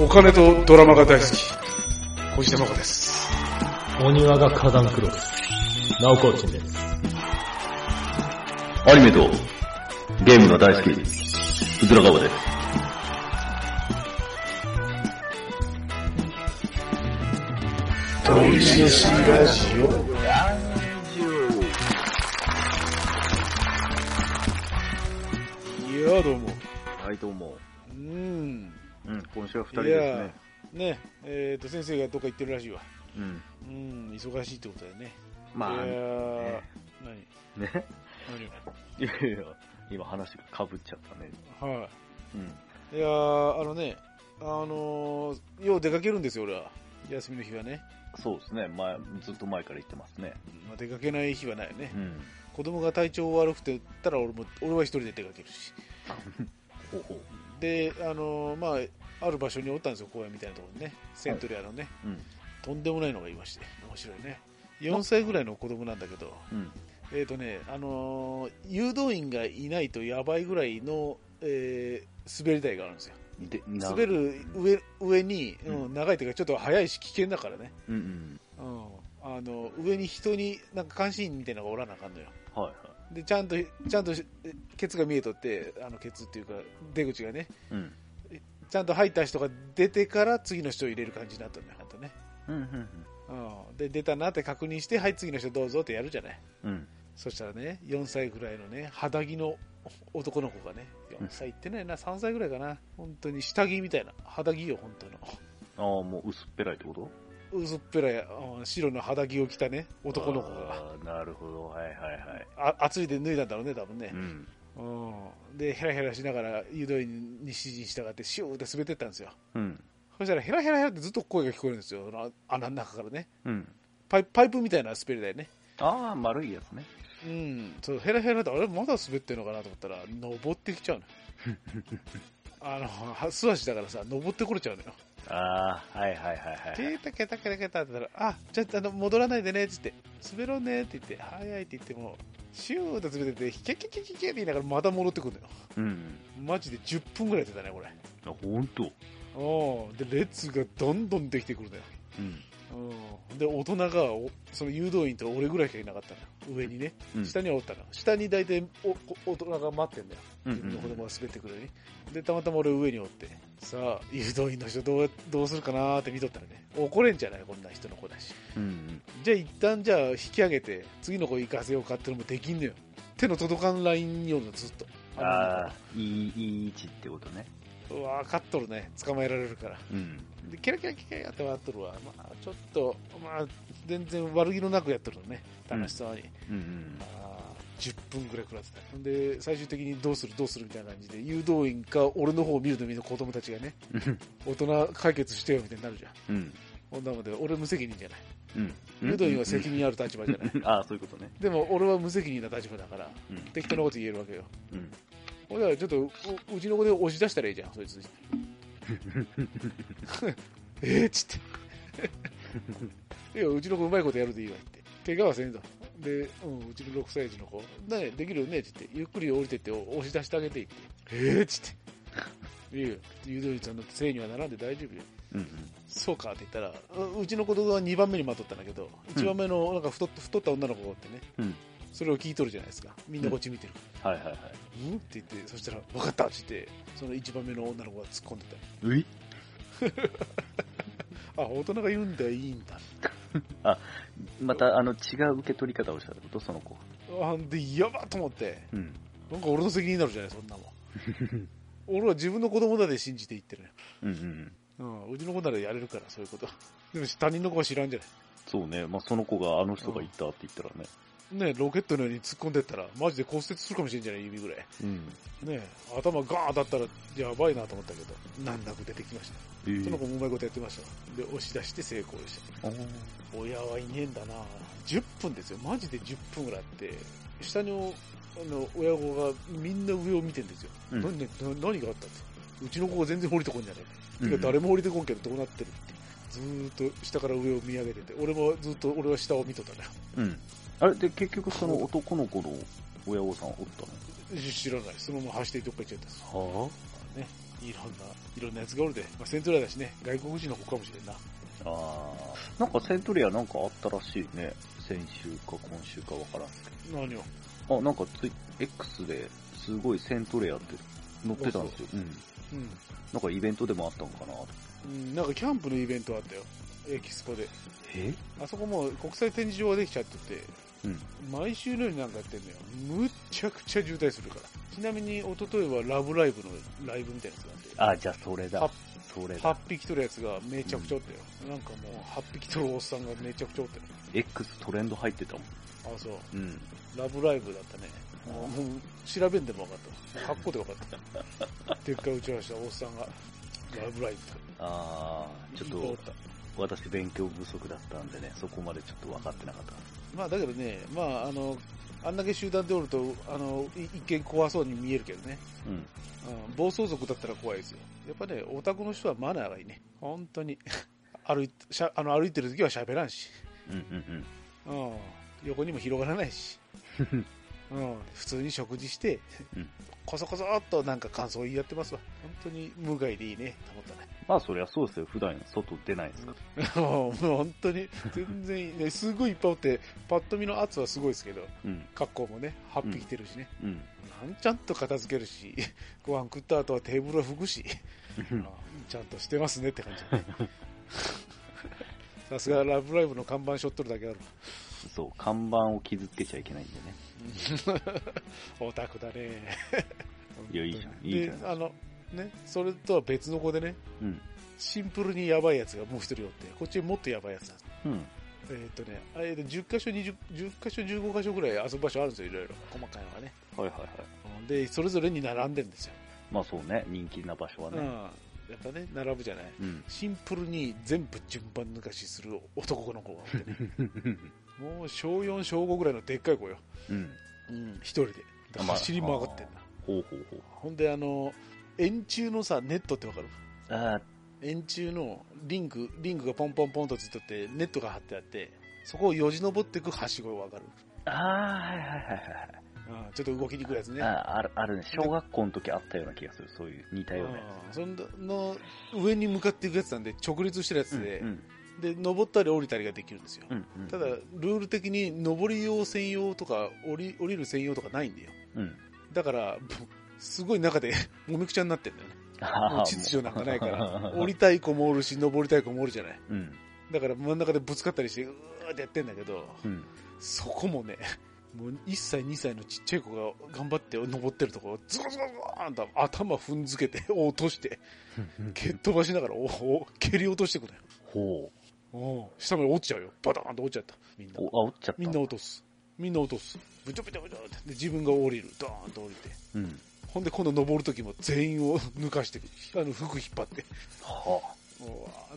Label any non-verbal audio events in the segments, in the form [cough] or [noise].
お金とドラマが大好き。小石真子です。お庭が火山黒です。ナオコーチンです。アニメとゲームが大好き、うずらがわです。いや、どうも。はい、どうも。うーん。うん、今週は二いや人ですね。ね、えっ、と、先生がどっか行ってるらしいわ。うん。うん、忙しいってことだよね。まあ、いやね。ー、何 [laughs] いやいや、今話がかぶっちゃったね。何はうん。い。いやー、あのね、あのー、よう出かけるんですよ、俺は。休みの日はね。そうですね。前、ずっと前から言ってますね。うんまあ、出かけない日はないよねう。ん。子供が体調悪くて言ったら俺も、俺は一人で出かけるし。ほうほう。で、あのーまあ、ある場所におったんですよ、公園みたいなところにね、セントリアのね、うん。とんでもないのがいまして、面白いね、4歳ぐらいの子供なんだけど、うん。えっ、とね、あのー誘導員がいないとやばいぐらいの、えー滑り台があるんですよ、で、な滑。る上上に、うんうん、長いというか、ちょっと速いし、危険だからね、うんうん。うん、あの上に人に、なんか監視員みたいなのがおらなあかんのよ。はいはい。でちゃんと、ちゃんとし、ケツが見えとって、あのケツっていうか、出口がね、うん。ちゃんと入った人が出てから次の人を入れる感じになったんだよ、あとね。うんうん、で、出たなって確認して、はい、次の人どうぞってやるじゃない。うん。うん。そしたらね、4歳ぐらいのね、肌着の男の子がね、うん4歳いってないな、3歳ぐらいかな。本当に下着みたいな、肌着よ、本当の。ああ、もう薄っぺらいってこと薄っぺらい、うん白の肌着を着たね、男の子が。あーなるほど。はいはいはい。あ厚いで脱いだんだろうね、多分ねう。ん。うん、で、ヘラヘラしながら、誘導員に指示に従って、シューって滑ってったんですよ。うん。そしたら、ヘラヘラヘラってずっと声が聞こえるんですよ、あの穴の中からね。うん。パイパイプみたいな滑り台ね。ああ、丸いやつね。うん、そうヘラヘラだと、あれ、まだ滑ってるのかなと思ったら、登ってきちゃうの。あの、は素足だからさ、登ってこれちゃうのよ。ああ、はいはいはいはい。ケータケタケタケタって言ったら、あ、ちょっとあの戻らないでねって言って、滑ろうねって言って、早いって言っても、シューって滑ってて、キャキャキャキャキャって言いながらまた戻ってくるのよ。うん。マジで10分ぐらいやってたね、これ。あ、ほんとおで、列がどんどんできてくるのよ。うん。うんで、大人がお、その誘導員と俺ぐらいしかいなかったのよ。上にね。うん下にはおったの。下に大体おお大人が待ってんだよ。うんうん自分の子供が滑ってくるように。で、たまたま俺上におって。さあ、誘導員の人どうどうするかなーって見とったらね。怒れんじゃないこんな人の子だし。うんじゃあ一旦じゃあ引き上げて、次の子行かせようかってのもできんのよ。手の届かんラインよりずっと。うん。ああ、いい、いい位置ってことね。うわー、勝っとるね。捕まえられるから。うん。で、キラキラキラキラって笑っとるわ。まあ、ちょっと、まあ、全然悪気のなくやっとるのね。楽しそうに。うんうん。あー10分ぐらい食らってた。ほんで、最終的にどうするどうするみたいな感じで、誘導員か俺の方を見るのみんな子供たちがね、大人解決してよみたいになるじゃん。うん。ほんなので、俺無責任じゃない。うん。誘導員は責任ある立場じゃない。任。ああ、そういうことね。でも俺は無責任な立場だから、うん。適当なこと言えるわけよ。うん。ほんならちょっとう、うちの子で押し出したらいいじゃん、そいつ。 [laughs] えっつって。いや、うちの子うまいことやるでいいわって。怪我はせんと。で、うん、うちの6歳児の子、ね、できるよねって言って、ゆっくり降りてってお押し出してあげていいって。えっつって。いやいや、誘導員さんのせいにはならんで大丈夫よ。うん。そうかって言ったら、ううちの子供は2番目にまとったんだけど、1番目のなんか太っ太った女の子がおってね、うん。それを聞いとるじゃないですか。みんなこっち見てるからはいはいはい。うんって言って、そしたら、分かったって言って、その一番目の女の子が突っ込んでたりういあ、大人が言うんだ、いいんだ。また、あの、違う受け取り方をしたってことその子は。あんで、やばっと思って、うん。なんか俺の責任になるじゃない、そんなもん。 [laughs] 俺は自分の子供だで信じて言ってるね。うんうん。うん、うちの子ならやれるから、そういうこと。でも他人の子は知らんじゃない。そうね。まあ、その子が、あの人が言ったって言ったらね。ねロケットのように突っ込んでったら、マジで骨折するかもしれんじゃない、指ぐらい。うん。ね頭ガーン当たったら、やばいなと思ったけど、難なく出てきました。えそのー子もうまいことやってましたよ。で、押し出して成功でした。あー親はいねえんだな10分ですよマジで10分ぐらいあって下のあの親子がみんな上を見てんですよ、うん何ねな何があったってうちの子が全然降りてこんじゃねえ、うんてか誰も降りてこんけどどうなってるってずーっと下から上を見上げてて俺もずっと俺は下を見とったねうん。あれ、で、結局、その男の子の親御さんおった知らないそのまま走ってどっか行っちゃったんですのはねいろんな、いろんなやつがおるで。まあ、セントラだしね、外国人の子かもしれんな。ああ。なんかセントリアなんかあったらしいね。先週か今週かわからんけ何を。ど。あ、なんかツイ X ですごいセントリアって載ってたんですよ。うん。うん。なんかイベントでもあったのかなうん、なんかキャンプのイベントあったよ。エキスポで。えあそこもう国際展示場ができちゃってて、うん毎週のようになんかやってんのよ。むっちゃくちゃ渋滞するから。ちなみに、一昨日はラブライブのライブみたいなやつがあって。あ、じゃあそれはだ。それだ。 8匹取るやつがめちゃくちゃおったよ。なんかもう、8匹取るおっさんがめちゃくちゃおったよ。 X トレンド入ってたもん。あ、そう。うん。ラブライブだったね。もう、もう調べんでも分かった。格好で分かった。でっかい打ち合わせしたおっさんが、ラブライああ、ブちょっいい子おとた私勉強不足だったんでね、そこまでちょっと分かってなかった。まあだけどね、まああの、あんだけ集団でおると、あの、い一見怖そうに見えるけどね。うん。うん、暴走族だったら怖いですよ。やっぱね、オタクの人はマナーがいいね。本当に。歩いしゃあの歩いてる時は喋らんし。うんうんうん。横にも広がらない [laughs] し。うん。普通に食事してうん、こそこそっとなんか感想言い合ってますわ。本当に無害でいいね、と思ったね。 [laughs] まあそりゃそうですよ、普段外出ないですから。もうもう本当に、全然いいね、すごいいっぱいおって、パッと見の圧はすごいですけど、うん、格好もね、8匹来てるしね、うん。なんちゃんと片付けるし、 [laughs] ご飯食った後はテーブルは拭くし、あちゃんとしてますねって感じだね。 [laughs] さすがラブライブの看板しょっとるだけあるそう、看板を傷つけちゃいけないんでね。オタクだね。いやいいじゃんいいじゃんで、あの、ね、それとは別の子でね、うん。シンプルにやばいやつがもう一人おって、こっちもっとやばいやつだうん。えーっとね、あれで10箇所、20 10箇所、15箇所ぐらい遊ぶ場所あるんですよ、いろいろ。細かいのがね。はいはいはい。うんで、それぞれに並んでるんですよ。まあそうね、人気な場所はうん。ね。やっぱね、並ぶじゃない。うん。シンプルに全部順番抜かしする男の子がおってね。 [laughs] もう小4、小5ぐらいのでっかい子よ。うん。うん、一人で。だから走り回ってんな。ほうほうほう。ほんで、あの、円柱のさ、ネットってわかるああ、円柱のリンク、リンクがポンポンポンとついとって、ネットが張ってあって、そこをよじ登っていくはしごわかる、ああ、はいはいはいうん、ちょっと動きにくいやつね。はい。ああ、ある、あるね。小学校の時あったような気がする。そういう似たようなやあーそんなの上に向かっていくやつなんで直立してるやつ。つで,、うんで登ったり降りたりができるんですよ、うん。うんただルール的に登り用専用とか降り降りる専用とかないんだようん。だからぶすごい中でもみくちゃになってんだよねあもあう秩序なんかないか [laughs] らもう降りたい子もおるし登りたい子もおるじゃないうん。だから真ん中でぶつかったりしてうーってやってんだけどうん。そこもねもう1歳2歳のちっちゃい子が頑張って登ってるところをズコズコズコーンと頭踏んづけて [laughs] 落として蹴っ飛ばしながら、おお蹴り落としてくのよ。ほう。お下まで落ちちゃうよ。バターンと落ちちゃった。みんな。 [laughs] お、あ、折っちゃった。みんな落とす。みんな落とす。ぶちょぶちょぶちょって。で、自分が降りる。ドーンと降りて。うん。ほんで、今度登るときも全員を [laughs] 抜かしてくる。あの、服引っ張って。はあ。うわ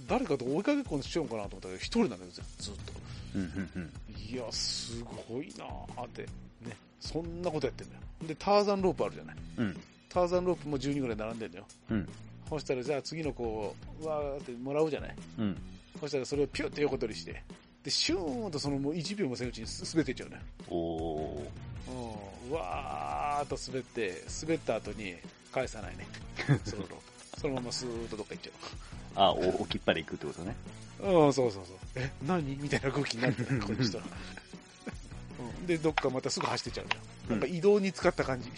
誰かと追いかけっこしようかなと思ったけど、一人なんだよ、ずずっと。うんうんうん。いや、すごいなーって。ね。そんなことやってんだよ。で、ターザンロープあるじゃない。うん。ターザンロープも12ぐらい並んでんだよ。うん。そしたら、じゃあ次の子を、わーってもらうじゃない。うん。そしたらそれをピュッて横取りして、で、シューンとそのもう1秒もせんうちにす滑っていっちゃうね。おー。うん。うわーっと滑って、滑った後に返さ [laughs] ないね。そのロープそのままスーッとどっか行っちゃあ、お、置きっぱで行くってことね。う。うん、そうそうそう。え、何 [laughs] みたいな空気になってる、この [laughs] 人ら。うん、で、どっかまたすぐ走ってっちゃうね。なんか移動に使った感じ。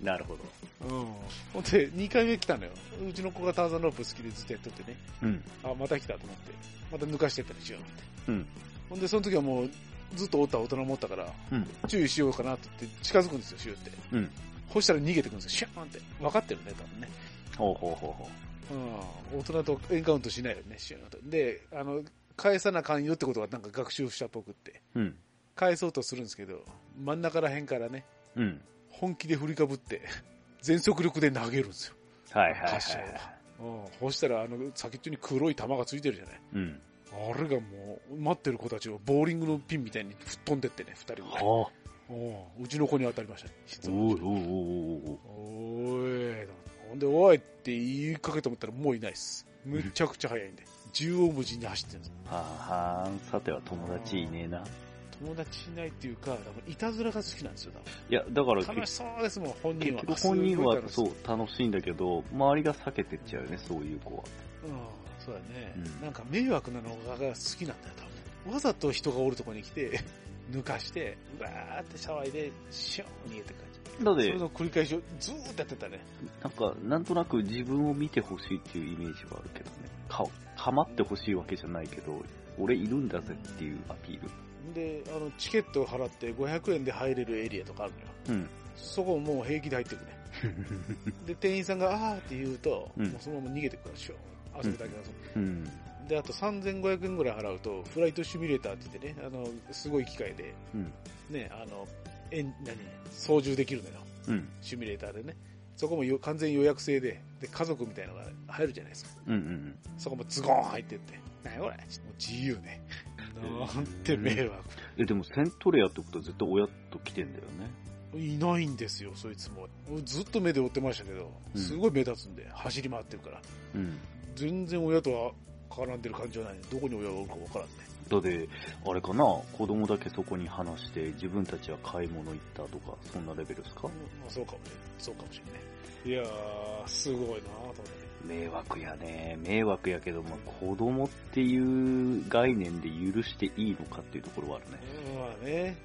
なるほど。うん。ほんで、2回目来たのよ。うちの子がターザンロープ好きでずっとやっとってね。うん。あ、また来たと思って。また抜かしてったりしようって。うん。ほんで、その時はもう、ずっとおった大人もおったから、うん。注意しようかなって言って近づくんですよ、シューって。うん。そしたら逃げてくるんですよ、シューンって。分かってるね、多分ね。ほうほうほうほうん。大人とエンカウントしないよね、シューンと。で、あの、返さなあかんよってことがなんか学習したっぽくって。う。うん。返そうとするんですけど、真ん中らへんからね、うん。本気で振りかぶって、 [laughs] 全速力で投げるんですよ。はいはいは滑車をい。うん。そしたら、あの、先っちょに黒い玉がついてるじゃない。うん。あれがもう、待ってる子たちをボーリングのピンみたいに吹っ飛んでってね、二人ぐらい。はうんうちの子に当たりましたね。あ。お質ーお問ーおーおーおーい。ほんで、おいって言いかけと思ったらもういないっす。むちゃくちゃ速いんで。縦横無尽に走ってるんです。はあはあん。さては友達いねえな。友達しないっていうか、だからいたずらが好きなんですよ、多分いや、だから楽し結そうですもん、本人は。結局本人はすそ、ごいう楽しいんだけど、周りが避けてっちゃうよね、そういう子は。楽しいうん、そうだね、うんなんか迷惑なのが好きなんだよ、多分。わざと人がおるとこに来て、 [laughs] 抜かして、うわーって騒いで、シューン逃げてく感じ。だっそてれ、の繰り返しをずーっとやってたね。なんか、なんとなく自分を見てほしいっていうイメージはあるけどね。か、かまってほしいわけじゃないけど、俺いるんだぜっていうアピール。で、あの、チケットを払って500円で入れるエリアとかあるのよ。うん。そこもう平気で入ってくね。で、店員さんが、あーって言うと、うんもうそのまま逃げてくからしょ。遊ぶだけ遊ぶ。うん。で、あと3500円ぐらい払うと、フライトシミュレーターって言ってね、あの、すごい機械で、うん。ね、あの、えん、何、操縦できるのよ。うん。シミュレーターでね。そこもよ完全予約制で、で、家族みたいなのが入るじゃないですか。うんうん。そこもズゴーン入ってって。なにこれもう自由ね。なんて迷惑。え、でもセントレアってことは絶対親と来てんだよね。いないんですよ、そいつも。ずっと目で追ってましたけど、うんすごい目立つんで、走り回ってるから。うん。全然親とは絡んでる感じはないどこに親がおるか分からんね。だって、あれかな、子供だけそこに話して、自分たちは買い物行ったとか、そんなレベルですかまあ、そうかもしれない。そうかもしれない。いやー、すごいなーと思ってね。迷惑やね。迷惑やけど、まあ、子供っていう概念で許していいのかっていうところはあるね。うんまあね、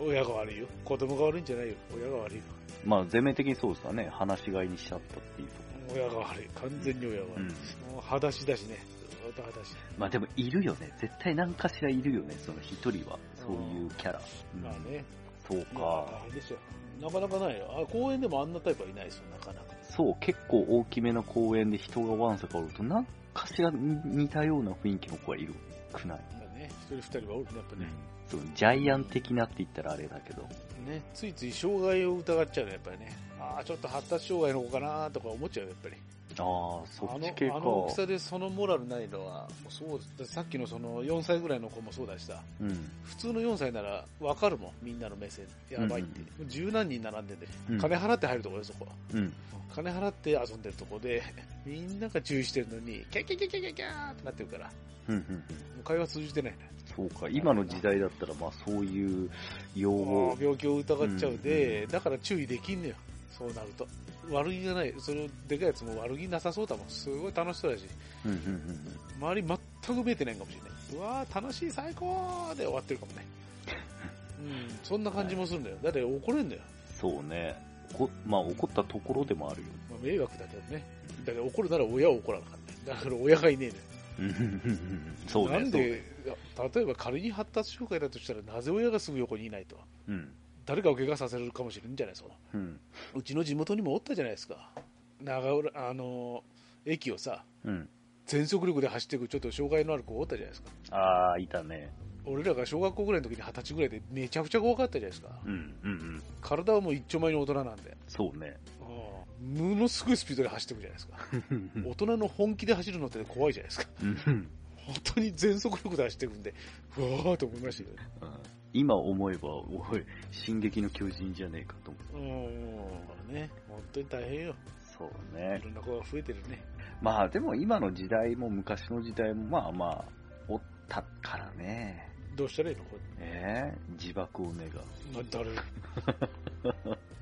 お親が悪いよ。子供が悪いんじゃないよ。親が悪いよ。まあ、全面的にそうですわね。話し飼いにしちゃったっていうとこ親が悪い。完全に親が悪い。ろ。うん。もう裸足だしね。ずっと裸足。まあ、でも、いるよね。絶対何かしらいるよね。その一人は。そういうキャラ。うんまあね、そうまあか。大変ですよ。なかなかないよ。あ公園でもあんなタイプはいないですよ、なかなか。そう、結構大きめの公園で人がわんさかおると、何かしら似たような雰囲気の子がいるくないまあね、一人二人はおるね、やっぱね。そのジャイアン的なって言ったらあれだけど、ね、ついつい障害を疑っちゃうね、やっぱりね。ああ、ちょっと発達障害の子かなーとか思っちゃうよ、やっぱり。ああ、そあっのち系か。あの大きさでそのモラルないのは、もうそうださっきのその4歳ぐらいの子もそうだしさ、うん。普通の4歳なら分かるもん、みんなの目線、やばいって、十何人並んでて、うん金払って入るとこよ、そこ、うん。金払って遊んでるとこで、みんなが注意してるのに、キャキャキャキャキャキャーってなってるから、もうんうんうん。う会話通じてないね、そうか。今の時代だったら、まあそういう用も語う。病気を疑っちゃうで、うんだから注意できんのよ、そうなると、悪気がない、そのでかいやつも悪気なさそうだもん、すごい楽しそうだし。うんうんうん周り全く見えてないかもしれない。うわー、楽しい、最高で終わってるかもね。うん、そんな感じもするんだよ。だって怒れんだよ。そうね。こまあ怒ったところでもあ [laughs] るよ。まあ、迷惑だけどね。だから怒るなら親は怒らなかった。だから親がいねえのよ。うんうんうんうんそうね。なんそうねで、いや例えば仮に発達障害だとしたら、なぜ親がすぐ横にいないと。うん。誰かを怪我させるかもしれんじゃないですか。うん。うちの地元にもおったじゃないですか。長浦、あのー、駅をさ、うん。全速力で走っていくちょっと障害のある子おったじゃないですか。ああ、いたね。俺らが小学校ぐらいの時に二十歳ぐらいでめちゃくちゃ怖かったじゃないですか。うんうんうん。体はもう一丁前の大人なんで、そうね。 [laughs] ものすごいスピードで走っていくじゃないですか、大人の本気で走るのって怖いじゃないですか、うんうん本当に全速力で走っていくんで、うわーと思いましたけどね、うん今思えば、おい、進撃の巨人じゃねえかとう思ん、もうね、本当に大変よ、う。そうねい。ろんな子が増えてるね、まあでも今の時代も昔の時代もまあまあおったからね。どうしたらいいの、これええ自爆を願う。な [laughs] 誰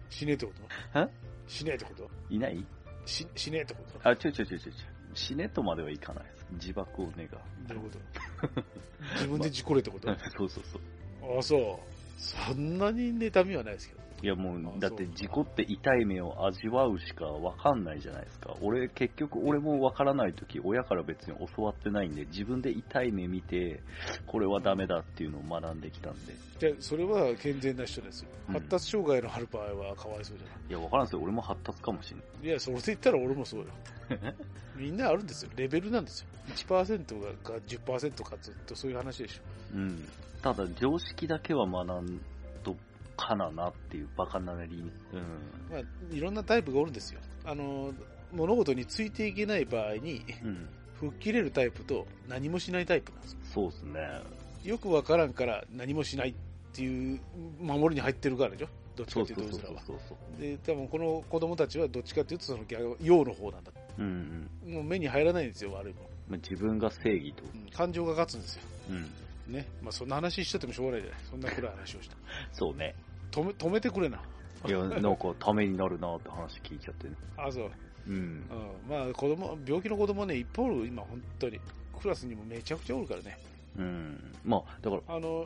死ねえってことえ死ねえってこといないし死ねえってことあ、ちょいちょいちょいちょいちょい。死ねとまではいかないです。自爆を願う。どういうこと [laughs] 自分で事故れってこと、あ [laughs] そうそうそう。あ、そう、そんなに妬みはないですけど。いやもあう、だって事故って痛い目を味わうしかわかんないじゃないですか。俺、結局俺もわからないとき、親から別に教わってないんで、自分で痛い目見て、これはダメだっていうのを学んできたんで。じゃあそれは健全な人ですよ、うん発達障害のある場合はかわいそうじゃないや、わからんですよ。俺も発達かもしんないいやそれで言ったら俺も [laughs] そうよみんなあるんですよレベルなんですよ1%がか10%かずっとそういう話でしょうん。ただ、常識だけは学んとかななっていうバカなりに。うん。まあいろんなタイプがおるんですよあの物事についていけない場合にうん。吹っ切れるタイプと何もしないタイプなんですよそうっすね。よくわからんから何もしないっていう守りに入ってるからでしょどっちかっていうとうずらはそうそう。で多分この子供たちはどっちかっていうとその陽の方なんだうんうん。もう目に入らないんですよ悪いもんまあ自分が正義と。うん感情が勝つんですよ。うん。ね。まあ、そんな話しとってもしょうがないじゃない。そんな暗い話を [laughs] した。そうね。止め、止めてくれな。いや、なんか、ためになるなって話聞いちゃってね。あ、そう。うう。んん。まあ、子供、病気の子供ね、いっぱいおる、今、本当に。クラスにもめちゃくちゃおるからね。うん。まあ、だかあの、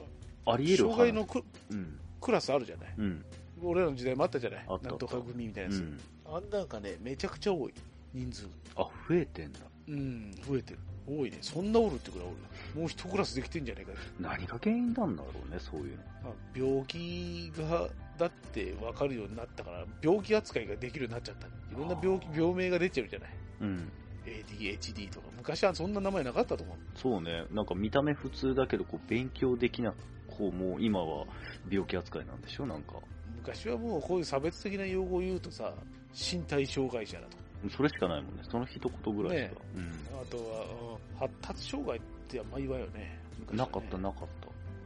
ら、あり得る障害の話。クうん。クラスあるじゃない。うん。俺らの時代もあったじゃないあっ。たなんとか組みたういなやつ。ん。あんなんかね、めちゃくちゃ多い。人数。あ、増えてんだ。うん、増えてる。多いね。そんなおるってくらいおるな。もう一クラスできてんじゃないかよ何が原因なんだろうね、そういうの。まあ、病気がだって分かるようになったから病気扱いができるようになっちゃったいろんな病気あ病名が出ちゃうじゃないうん。 ADHD とか昔はそんな名前なかったと思うそうね。なんか見た目普通だけど、こう、勉強できな子も、今は病気扱いなんでしょなんか。昔はもうこういう差別的な用語を言うとさ身体障害者だとかそれしかないもんね。その一言ぐらいしか。あとはうん発達障害ってあんま言わんよねう昔ん。なはねかった、なかっ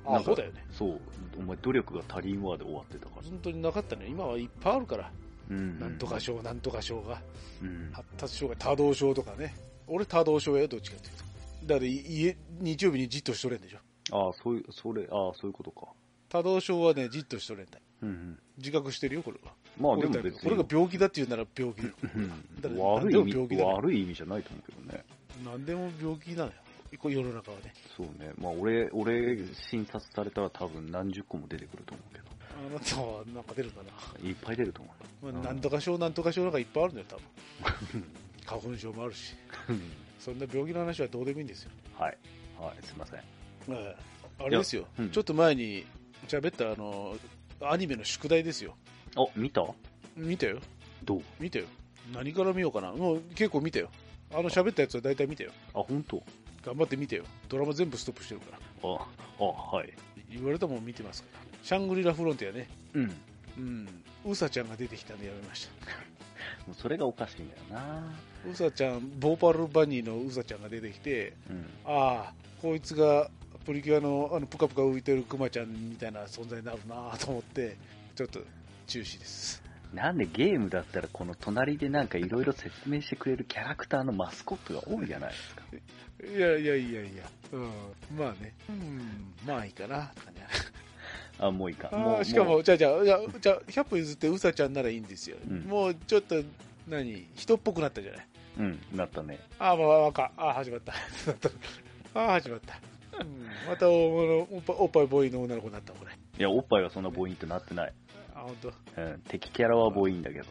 た。あそうだよねそう。お前、努力が足りんわで終わってたから。本当になかったね今はいっぱいあるから、うんなんとか。症なんとか症がうん。発達障害多動症とかね俺多動症やよどっちかっていうとだって家日曜日にじっとしとれんでしょああ、そういう、それ、ああ、そういうことか。多動症はね、じっとしとれない。うんうん。自覚してるよ、これは。まあ、俺でだもよ別これがに。病気だって言うなら病気だよ。だかうんら悪いな意んでも病気味、だね悪い意味じゃないと思うけどね。何でも病気なのよ。こう世の中はね。そうね。まあ、俺、俺、診察されたら多分何十個も出てくると思うけど。あなたはなんか出るかいっぱい出ると思な。うまんあ、なんとか症、なんとか症なんかいっぱいあるんだよ、多分。 [laughs] 花粉症もあるし。う。そんな病気の話はどうでもいいんですよ。はい。はい、すいません。ええあれですよ、うんちょっと前に喋ったあの、アニメの宿題ですよ。あ、見た見たよ。どう見たよ。何から見ようかな。もう結構見たよ。あの喋ったやつは大体見たよ。あ、本当頑張って見てよ。ドラマ全部ストップしてるから。あ、あ、はい。言われたもん見てますから。シャングリラフロンティアね。うん。もうん。ウサちゃんが出てきたんでやめましうそれがおかしいんだよな。た。ウサちゃん、ボーパルバニーのウサちゃんが出てきて、うん。ああ、こいつがプリキュアのあのプカプカ浮いてるクマちゃんみたいな存在になるなと思って、ちょっと中止です。なんでゲームだったらこの隣でなんかいろいろ説明してくれるキャラクターのマスコットが多いじゃないですか。いやいやいやいや、うん、まあね、うん、まあいいかなって感じだねあ、もういいか。あもーうしかもうも、じゃあじゃあ、じゃあじゃあ100歩譲ってウサちゃんならいいんですよ。うんもうちょっと、何、人っぽくなったじゃない。うん、なったね。ああ、まあ、赤。ああ、始まった。 [laughs] ああ、始まった。うんまたおおっぱいおっぱいボーイの女の子になった、これ。いや、おっぱいはそんなボインってなってない。あ、本当。うん、敵キャラはボインだ [laughs] けど。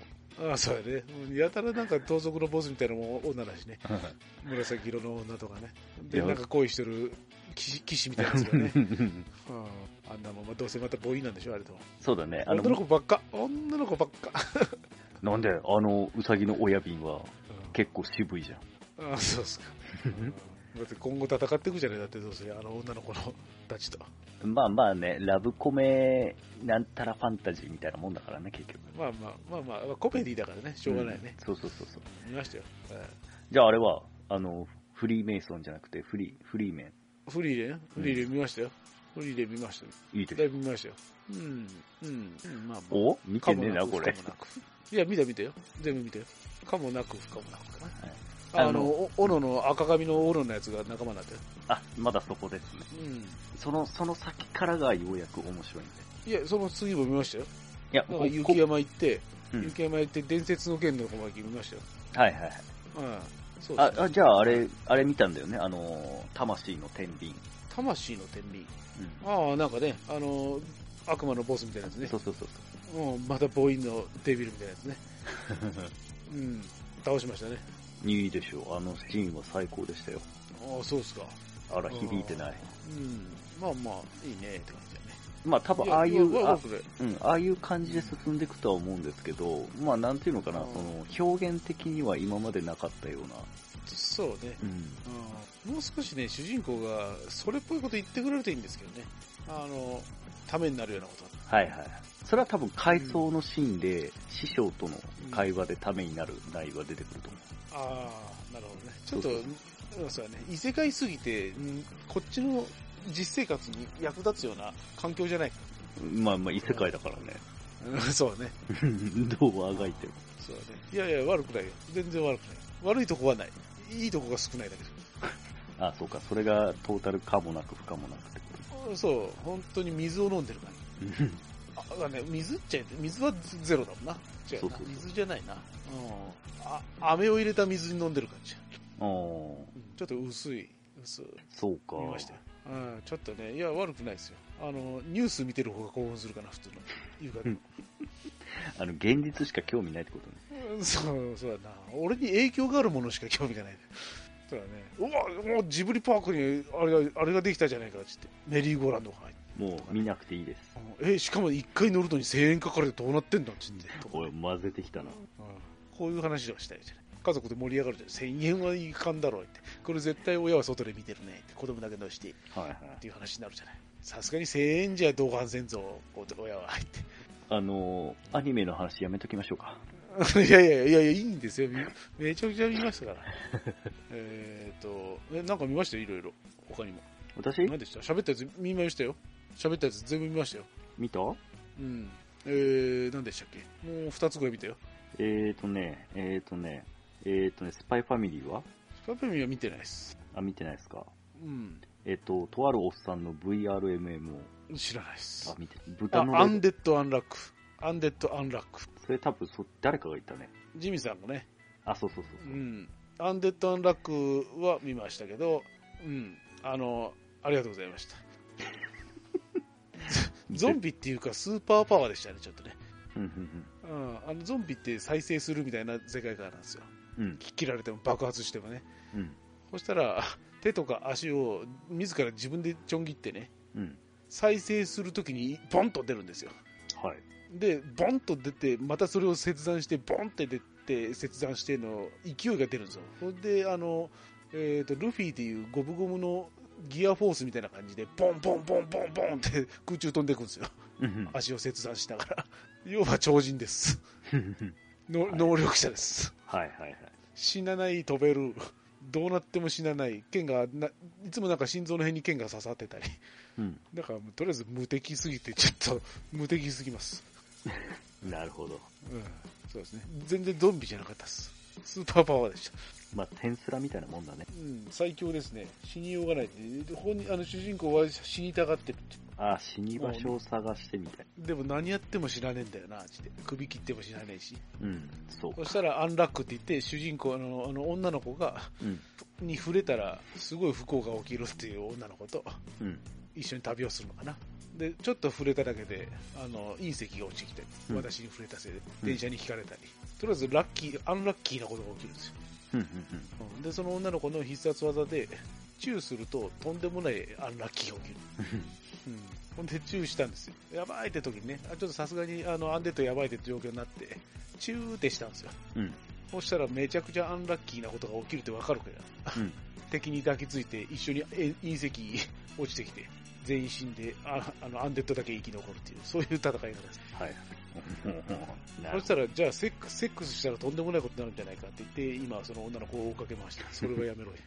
ああ、そうやね。うんやたらなんか盗賊のボスみたいなのも女だしね。紫色の女とかね。で、いやなんか恋してる騎士騎士みたいなやつがね。 [laughs] うんあんなもん、まあ、どうせまたボーイなんでしょ、あれと。そうだね。あ女のの、子ばっか。女の子ばっか。なんで、あの、ウサギの親瓶は結構渋いじゃん。うんああ、そうっすか。うんだって今後戦っていくじゃないだってどうせ、あの女の子のたちと。まあまあね、ラブコメ、なんたらファンタジーみたいなもんだからね、結局。まあまあ、まあまあ、コメディだからね、しょうがないね。んそうそうそうそう。見ましたよ。はいじゃああれは、あの、フリーメイソンじゃなくて、フリー、フリーメフリーレンフリーレン見ましたよ。フリーレン見ましたよ。ン。いいでだしいぶ見ましたよ。うん、うん、うんまあまあ。ょ。お見てねえな、くこれか。もなくいや、見た見たよ。全部見たよ。かもなく、不可もなくかはいな。ああの、のお斧の赤髪の斧のやつが仲間になってる。あ、まだそこですね。うん。その、その先からがようやく面白いんで。いや、その次も見ましたよ。いや、だこからこ雪山行って、うん雪山行って伝説の剣の小牧見ましたよ。はいはいはい。うん。そうあです、ね。あじゃああれ、あれ見たんだよね。あの、魂の天秤。魂の天秤。うああ、なんかね、あの、悪魔のボスみたいなやつん。ねそ。うそうそううん、またボーインのデビルみたいなやつね。そう。 [laughs] うん。倒しましたね。いいでしょう。あのシーンは最高でしたよ。ああ、そうですか。あら、響いてない。うん、まあまあ、いいねって感じだね。まあ多い分やああいう、わわあこれうん、ああいう感じで進んでいくとは思うんですけど、まあなんていうのかな、うんその表現的には今までなかったような。そうね、うん。うん。もう少しね、主人公がそれっぽいこと言ってくれるといいんですけどね。あの、ためになるようなこと。はいはい。それは多分回想のシーンで、師匠との会話でためになる内容が出てくると思う。ああ、なるほどね。ちょっと、そううそんそうだね。異世界すぎて、うんこっちの実生活に役立つような環境じゃない。まあまあ異世界だからね。うんそうね。 [laughs] どうあがいても。そうだね。いやいや、悪くないよ。全然悪くない。悪いとこはない。いいとこが少ないだけあ、そうか。それがトータルかもなく不可もなくってこそう、本当に水を飲んでる感じ。あだね、水っちゃい水はゼロだもんな。違うなそうそうそう水じゃないな。うん。あ、飴を入れた水に飲んでる感じ。あーうんちょっと薄い。薄い。そうか。見ましたよ。うん、ちょっとね、いや、悪くないですよ。あの、ニュース見てる方が興奮するかな、普通の。言うかうんあの、現実しか興味ないってことね。うんそう、そうだな。俺に影響があるものしか興味がない。そうだね。うわ、もうジブリパークにあれが、あれができたじゃないか、つって。メリーゴーランドが入って。もう見なくていいです。え、しかも一回乗るのに1000円かかるってどうなってんだ、つって。とかおい、混ぜてきたうんな。こういう話をしたいじゃない。家族で盛り上がるじゃん。1000円はいかんだろうって。これ絶対親は外で見てるねって。子供だけ乗してっはいはい。ていう話になるじゃない。さすがに1000円じゃ同伴せんぞ、親は入って。あのー、アニメの話やめときましょうか。 [laughs] いやいやいやいや、いいんですよ。みめちゃくちゃ見ましたから。えっと、え、なんか見ましたよ、いろいろ。他にも。私何でした喋ったやつ見ましたよ。喋ったやつ全部見ましたよ。見たうん。えー、何でしたっけもう2つぐらい見たよ。えーとね、えーとね、えーとね、スパイファミリーはスパペミは見てないです。あ、見てないですか。うん。えっ、と、とあるおっさんの VRMM を、知らないですあ、。見て、あ、豚のアレンデッド・アンラック。アンデッド・アンラック。それ多分そ、誰かが言ったね。ジミーさんがね、あ、そうそうそううそう。ん。アンデッド・アンラックは見ましたけど、うん。あの、ありがとうございま [laughs] した。ゾンビっていうか、スーパーパワーでしたね、ちょっとね。うんうんうん、あのゾンビって再生するみたいな世界観なんですよ。うん。うん。切られても爆発してもね。うん。そしたら、手とか足を自ら自分でちょん切ってね、うん。再生するときにボンと出るんですよ。はい。で、ボンと出て、またそれを切断して、ボンって出て、切断しての勢いが出るんですよ。ほんで、あの、えっ、と、ルフィっていうゴムゴムのギアフォースみたいな感じで、ボンボンボンボンボンって空中飛んでいくんですよ。うん足を切断しながら。要は超人です。うん。のはい能力者です。はいはいはい。死なない、飛べる。どうなっても死なない。剣がないつもなんか心臓の辺に剣が刺さってたり。うん。だからもう、とりあえず無敵すぎて、ちょっと無敵すぎます。なるほど。うんそうですね。全然ゾンビじゃなかったです。スーパーパワーでした。まあ、テンスラみたいなもんだね。うん、最強ですね。死にようがない。で本人あの主人公は死にたがってるって。あ、死に場所を探してみたい。でも何やっても死なねえんだよな、って。首切っても死なねえし。うん。そうそか。したらアンラックって言って、主人公あの、あの女の子が、うん。に触れたら、すごい不幸が起きるっていう女の子と、うん。一緒に旅をするのかな。で、ちょっと触れただけで、あの、隕石が落ちてきて、うん私に触れたせいで、電車にひかれたり。とりあえずラッキー、アンラッキーなことが起きるんですよ。うん。うん。うんでその女の子の必殺技でチューするととんでもないアンラッキーが起きる、うん、ほんでチューしたんですよやばいって時にねあちょっとさすがにあのアンデッドやばいって状況になってチューってしたんですようん。うん。そしたらめちゃくちゃアンラッキーなことが起きるってわかるから、うん [laughs] 敵に抱きついて一緒にえ隕石落ちてきて全員死んでああのアンデッドだけ生き残るっていうそういう戦い方ですはい。 [laughs] そしなるほたらじゃあセックスセックスしたらとんでもないことになるんじゃないかって言って今その女の子を追いかけましたそれはやめろよ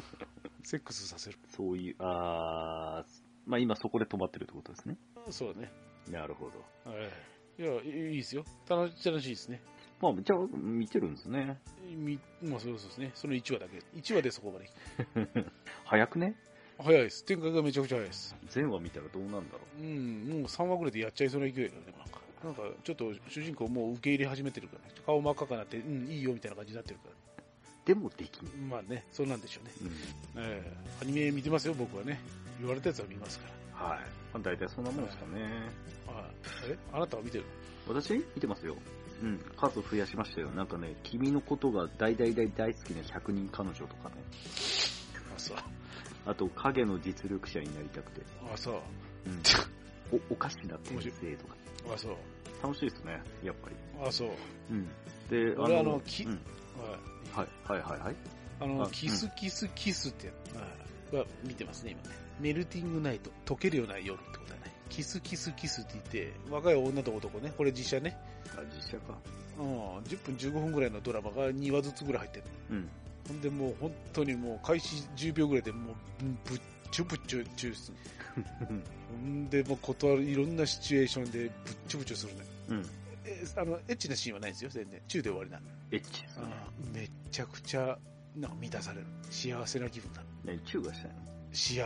[laughs] セックスさせるどそういう、あー、まあ今そこで止まってるってことですね。そうだね、なるほど。ええいやいいいですよ楽し楽しいですねまあ、じゃあ、見てるんですね。みまあそうそうですねその1話だけ1話でそこまで早くね早いです展開がめちゃくちゃ早いです全話見たらどうなんだろうんもう3話ぐらいでやっちゃいそうな勢いだよねなんかなんかちょっと主人公もう受け入れ始めてるから、ね、顔真っ赤くなってうんいいよみたいな感じになってるかう。でもできん。らまあねそうなんでしょうね、うん。ええアニメ見てますよ僕はね言われたやつは見ますからはい。まあ大体そんなもんですかね。はいえあなたは見てる私見てますよ。うん。数増やしましたよ。なんかね、君のことが大大大大好きな100人彼女とかね。あそうあと、影の実力者になりたくて。あそううん。 [laughs] お、おかしな先生とか。あそう楽しいですね、やっぱり。あそううん。で、俺あのきうん、はいはい、はい、はい、はい。あのあキスキスキスってやつはいは見てますね今ねメルティングナイト溶けるような夜ってことだねキスキスキスって言って若い女と男ねこれ実写ねあ、実写か。うん10分15分ぐらいのドラマが2話ずつぐらい入ってるうん。ほんでもう本当にもう開始10秒ぐらいでもうぶぶっちょぶっちょチューするほんでもう断るいろんなシチュエーションでぶっちょぶちょするねうん。えあのエッチなシーンはないんですよ全然チューで終わりなんでエッチですね。めちゃくちゃなんか満たされる幸せな気分だね、チューがしたいの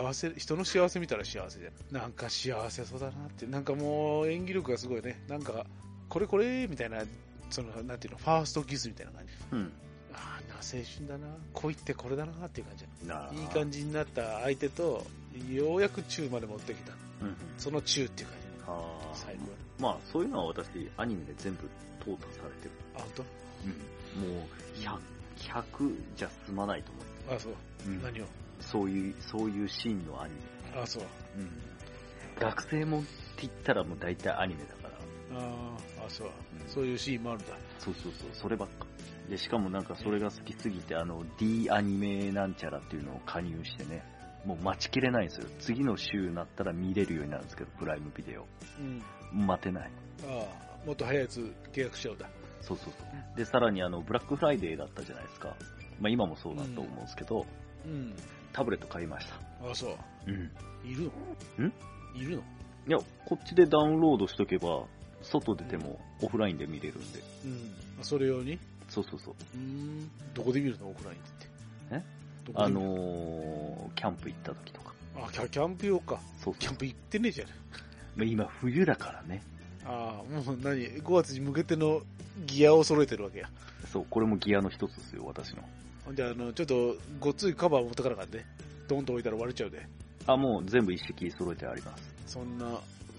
幸せ、人の幸せ見たら幸せじゃん。なんか幸せそうだなって、なんかもう演技力がすごいね。なんか、これこれみたいな、その、なんていうの、ファーストキスみたいな感じ。うん。ああ、な、青春だな。恋ってこれだなっていう感じ。なあいい感じになった相手と、ようやく中まで持ってきた。うんうん。その中っていう感じ。ああ。最後まあ、そういうのは私、アニメで全部淘汰されてる。あ、本うん。もう、100、100じゃ済まないと思う。当？あ、そう。うん何をそういう、そういうシーンのアニメ。あ、そう。うん。学生もんって言ったらもう大体アニメだから。あーあ、そう。うんそういうシーンもあるんだ。そうそうそう、そればっか。で、しかもなんかそれが好きすぎて、あの、D アニメなんちゃらっていうのを加入してね、もう待ちきれないんですよ。次の週になったら見れるようになるんですけど、プライムビデオ。うん。待てない。ああ、もっと早いやつ契約しちゃうんだ。そうそうそう。で、さらにあの、ブラックフライデーだったじゃないですか。まあ今もそうだと思うんですけど、うん。タブレット買いました。あ、そう。うん。いるのんいるのいや、こっちでダウンロードしとけば、外出てもオフラインで見れるんで。うん。それ用にそうそうそう。うん。どこで見るのオフラインって。えどこあで見るのー、キャンプ行った時とか。あキャ、キャンプ用か。そうキそャうン。プ行ってねえじゃん。まあ今冬だからね。ああ、もう何 ?5 月に向けてのギアを揃えてるわけや。そう、これもギアの一つですよ、私の。ほんで、あの、ちょっと、ごっついカバー持ってかなかったね。ドンと置いたら割れちゃうで。あ、もう全部一式揃えてあります。そんな、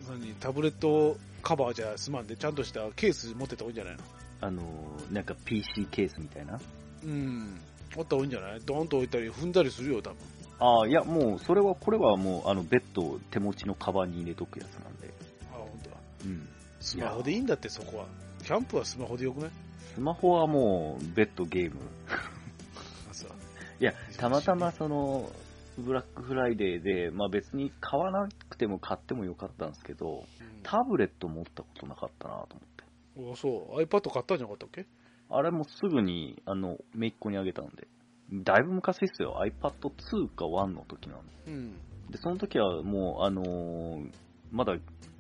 何タブレットカバーじゃすまんで、ちゃんとしたケース持ってた方がいいんじゃないのあのー、なんか PC ケースみたいな。うん。あった方がいいんじゃないドンと置いたり踏んだりするよ、多分。ああ、いや、もう、それは、これはもう、あの、ベッドを手持ちのカバンに入れとくやつなんで。あ、本当だ。うん。スマホでいいんだって、そこは。キャンプはスマホでよくないスマホはもう、ベッドゲーム。あ、そう。いや、たまたまその、ブラックフライデーで、まあ別に買わなくても買ってもよかったんですけど、タブレット持ったことなかったなと思って。うんあ、そう。iPad 買ったんじゃなかったっけあれもすぐに、あの、めいっ子にあげたんで。だいぶ昔ですよ。iPad2 か1の時なんで。うん。で、その時はもう、あのーまだ、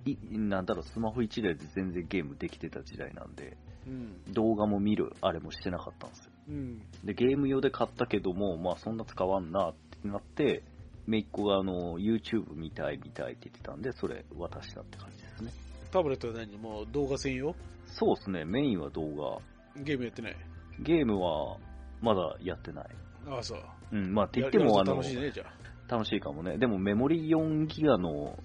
い、なんだろう、スマホ1台で全然ゲームできてた時代なんで、うん。動画も見る、あれもしてなかったんですよ。うん。で、ゲーム用で買ったけども、まあそんな使わんなってなって、めいっ子があの、YouTube 見たい見たいって言ってたんで、それ渡したって感じですね。タブレットは何もう動画専用そうですね、メインは動ゲームやってない。画。ゲームは、まだやってない。あ、そう。うん、まあって言やっても、やあるとの楽、しいね、じゃあ。楽しいかもね。でもメモリ4ギガの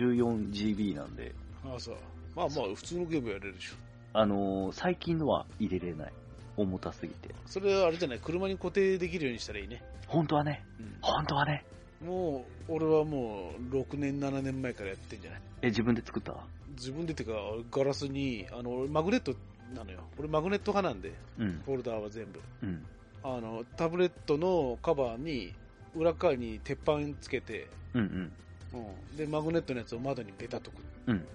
64GB なんで、あそうまあまあ普通のゲームやれるでしょあのー最近のは入れれない。重たすぎて。それはあれじゃない車に固定できるようにしたらいいね、本当はね、本当はね。もう俺はもう6年7年前からやってんじゃないえ、自分で作った自分でてかガラスにあの俺マグネットなのよ俺マグネット派なんでうん、フォルダーは全部うん、あのタブレットのカバーに裏側に鉄板つけて、うん、うん、うん、でマグネットのやつを窓にペタっとく、うん。うん、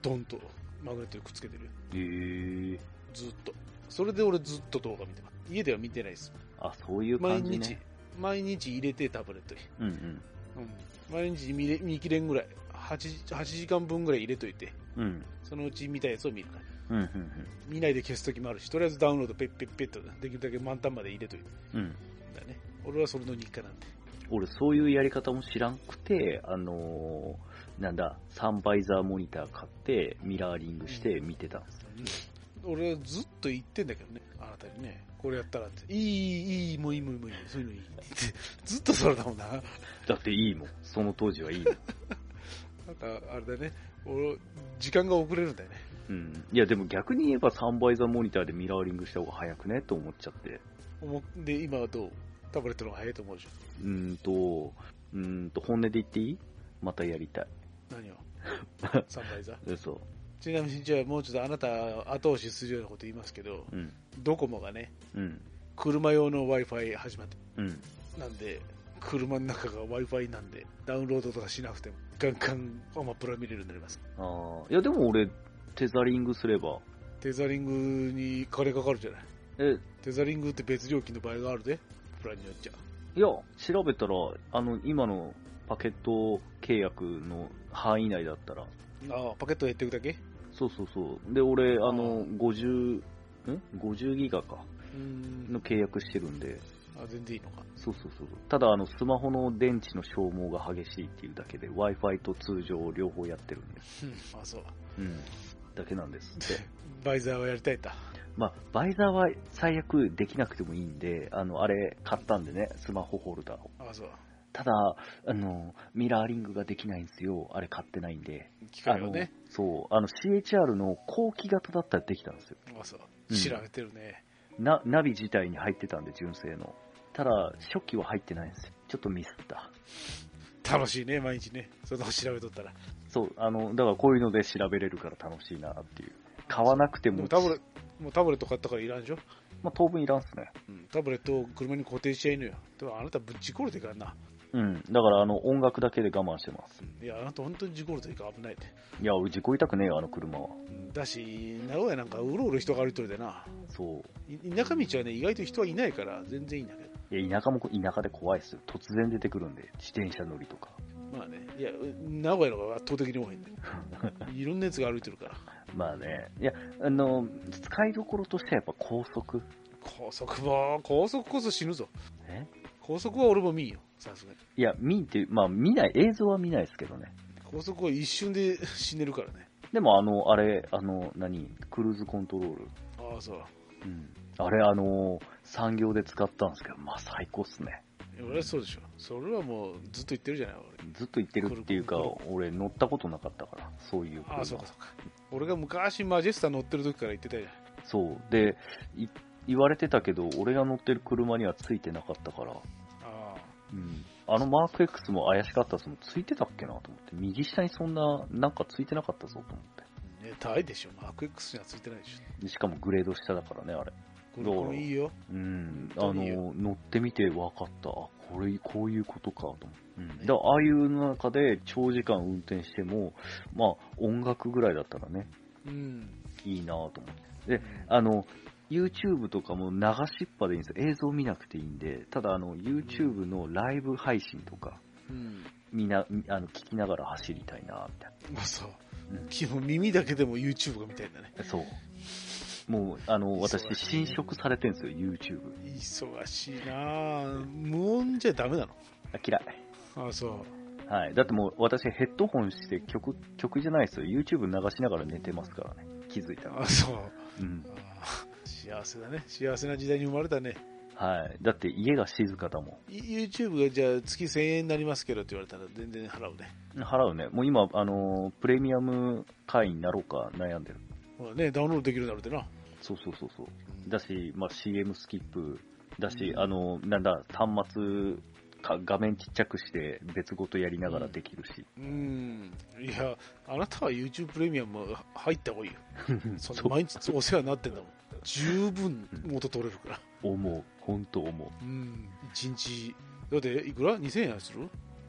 ドンとマグネットにくっつけてるよえー、ずっとそれで俺ずっと動画見てます家では見てないですあ、そういう毎感じ日、ね。毎日入れてタブレットにうん、うん、うん、毎日見れ見切れんぐらい8、8時間分ぐらい入れといて、うん、そのうち見たやつを見るから。うん、うん、見ないで消すときもあるし、とりあえずダウンロードペッペッペッと、できるだけ満タンまで入れといて。うんうん。だね。俺はそれの日課なんで。俺、そういうやり方も知らんくて、あのーなんだ、サンバイザーモニター買って、ミラーリングして見てたんですよ。俺はずっと言ってんだけどね、あなたにね、これやったらって。いい、いい、もういい、もういい、もういい、そういうのいいって。ずっとそれだもんな。なんか、だっていいもん。その当時はいいも [laughs] ん。あれだね、俺、時間が遅れるんだよね。うん。いや、でも逆に言えばサンバイザーモニターでミラーリングした方が早くねと思っちゃって。思っで、今はどうタブレットの方が早いと思うじゃうーんと、うーんと、本音で言っていいまたやりたい。ん。何をサンバイザー嘘。ちなみにじゃあもうちょっとあなた後押しするようなこと言いますけど、うん。ドコモがね、うん。車用の Wi-Fi 始まっうん。た。なんで、車の中が Wi-Fi なんで、ダウンロードとかしなくても、ガンガンアマプラ見れるようになります。ああ。いや、でも俺、テザリングすれば。テザリングに金かかるじゃない。え、テザリングって別料金の場合があるで、プランによっちゃ。いや、調べたら、あの、今のパケット契約の範囲内だったら。ああ、パケット減っていくだけそうそうそう。で、俺、あうの、50、ん ?50 ギガか。うーん。の契約してるんで。ああ全然いいのか。そうそうそうそう。ただ、あの、スマホの電池の消耗が激しいっていうだけで、Wi-Fi と通常両方やってるんです。うんあ、そう。うん。だけなんですって。バイザーはやりたいんだ。まあ、バイザーは最悪できなくてもいいんで、あの、あれ買ったんでね、スマホホルダーを。あ、そう。ただ、あの、ミラーリングができないんですよ。あれ買ってないんで。機あ械をのね。、そう、あの CHR の後期型だったらできたんですよ。あ、そうう。ん調べてるね。なナビ自体に入ってたんで、純正の。ただ、初期は入ってないんですよ。ちょっとミスった。楽しいね、毎日ね。そんなこと調べとったら。そう、あの、だからこういうので調べれるから楽しいなっていう。買わなくてでも、もタブレもうタブレット買ったからいらんでしょ、まあ、当分いらんっすね。タブレットを車に固定しちゃいいのよ。でもあなたぶっ事故るでからな。うん。だから、あの、音楽だけで我慢してます。いや、あなた本当に事故るというか危ないで。いや、俺、事故痛くねえよ、あの車は。うんだし、名古屋なんかうろうろ人が歩いとるでな。そう。い田舎道はね、意外と人はいないから全然いいんだけど。いや、田舎も田舎で怖いっすよ。突然出てくるんで、自転車乗りとか。まあね、いや、名古屋の方が圧倒的に多いんで。 [laughs] いろんなやつが歩いてるから。まあね。いや、あの、使いどころとしてはやっぱ高速。高速も、高速こそ死ぬぞ。え高速は俺も見んよ、さすがに。いや、見て、まあ見ない、映像は見ないですけどね。高速は一瞬で死ねるからね。でもあの、あれ、あの、何、クルーズコントロール。ああ、そう。うん。あれ、あの、産業で使ったんですけど、まあ最高っすね。いや俺はそうでしょ。それはもうずっと言ってるじゃない、俺。ずっと言ってるっていうかクルーズ、俺乗ったことなかったから、そういう車。ああ、そうかそうか。俺が昔マジェスタ乗ってる時から言ってたじゃん。そう。で、い言われてたけど、俺が乗ってる車にはついてなかったから、あうん。あのマーク X も怪しかったっすもん。ついてたっけなと思って。右下にそんな、なんかついてなかったぞと思っあ、ね、高いでしょ。マーク X にはついてないでしょ。て。しかもグレード下だからね、あれ。こどれうこれいいよ。うん、あ本当に言うの、乗ってみて分かった。あ、これ、こういうことかと思う。うん。だからああいう中で長時間運転しても、まあ、音楽ぐらいだったらね、うん。いいなと思って。で、あの、YouTube とかも流しっぱでいいんですよ。映像見なくていいんで、ただあの、YouTube のライブ配信とか、うん。みんな、あの、聞きながら走りたいなみたいまあそううん。基本耳だけでも YouTube が見たいんだね。な。そう。もう、あの、私忙、しい侵ね食されてるんですよ、YouTube。忙しいなあ無音じゃダメなのあ、嫌い。ああ、そう。はい。だってもう私ヘッドホンして曲、曲じゃないですよ。YouTube 流しながら寝てますからね。気づいたあら。あ、そう。うん。ああ幸せだね。幸せな時代に生まれたね。はい。だって家が静かだもい YouTube がじゃあ月1000円になりますけどって言われたら全然払うね。ん。払うね。もう今、あのープレミアム会員になろうか悩んでる。ほらね、ダウンロードできるだろうってな。そうそうそうそう。うんだし、まあ、CM スキップだし、うんあのーなんだ、端末か、画面ちっちゃくして別ごとやりながらできるし。うん、いや、あなたは YouTube プレミアムも入った方がいいよ。そんなそう毎日お世話になってんだもん。十分うん元取れるから。思う。本当思う。うん、一日、だっていくら ?2000 円する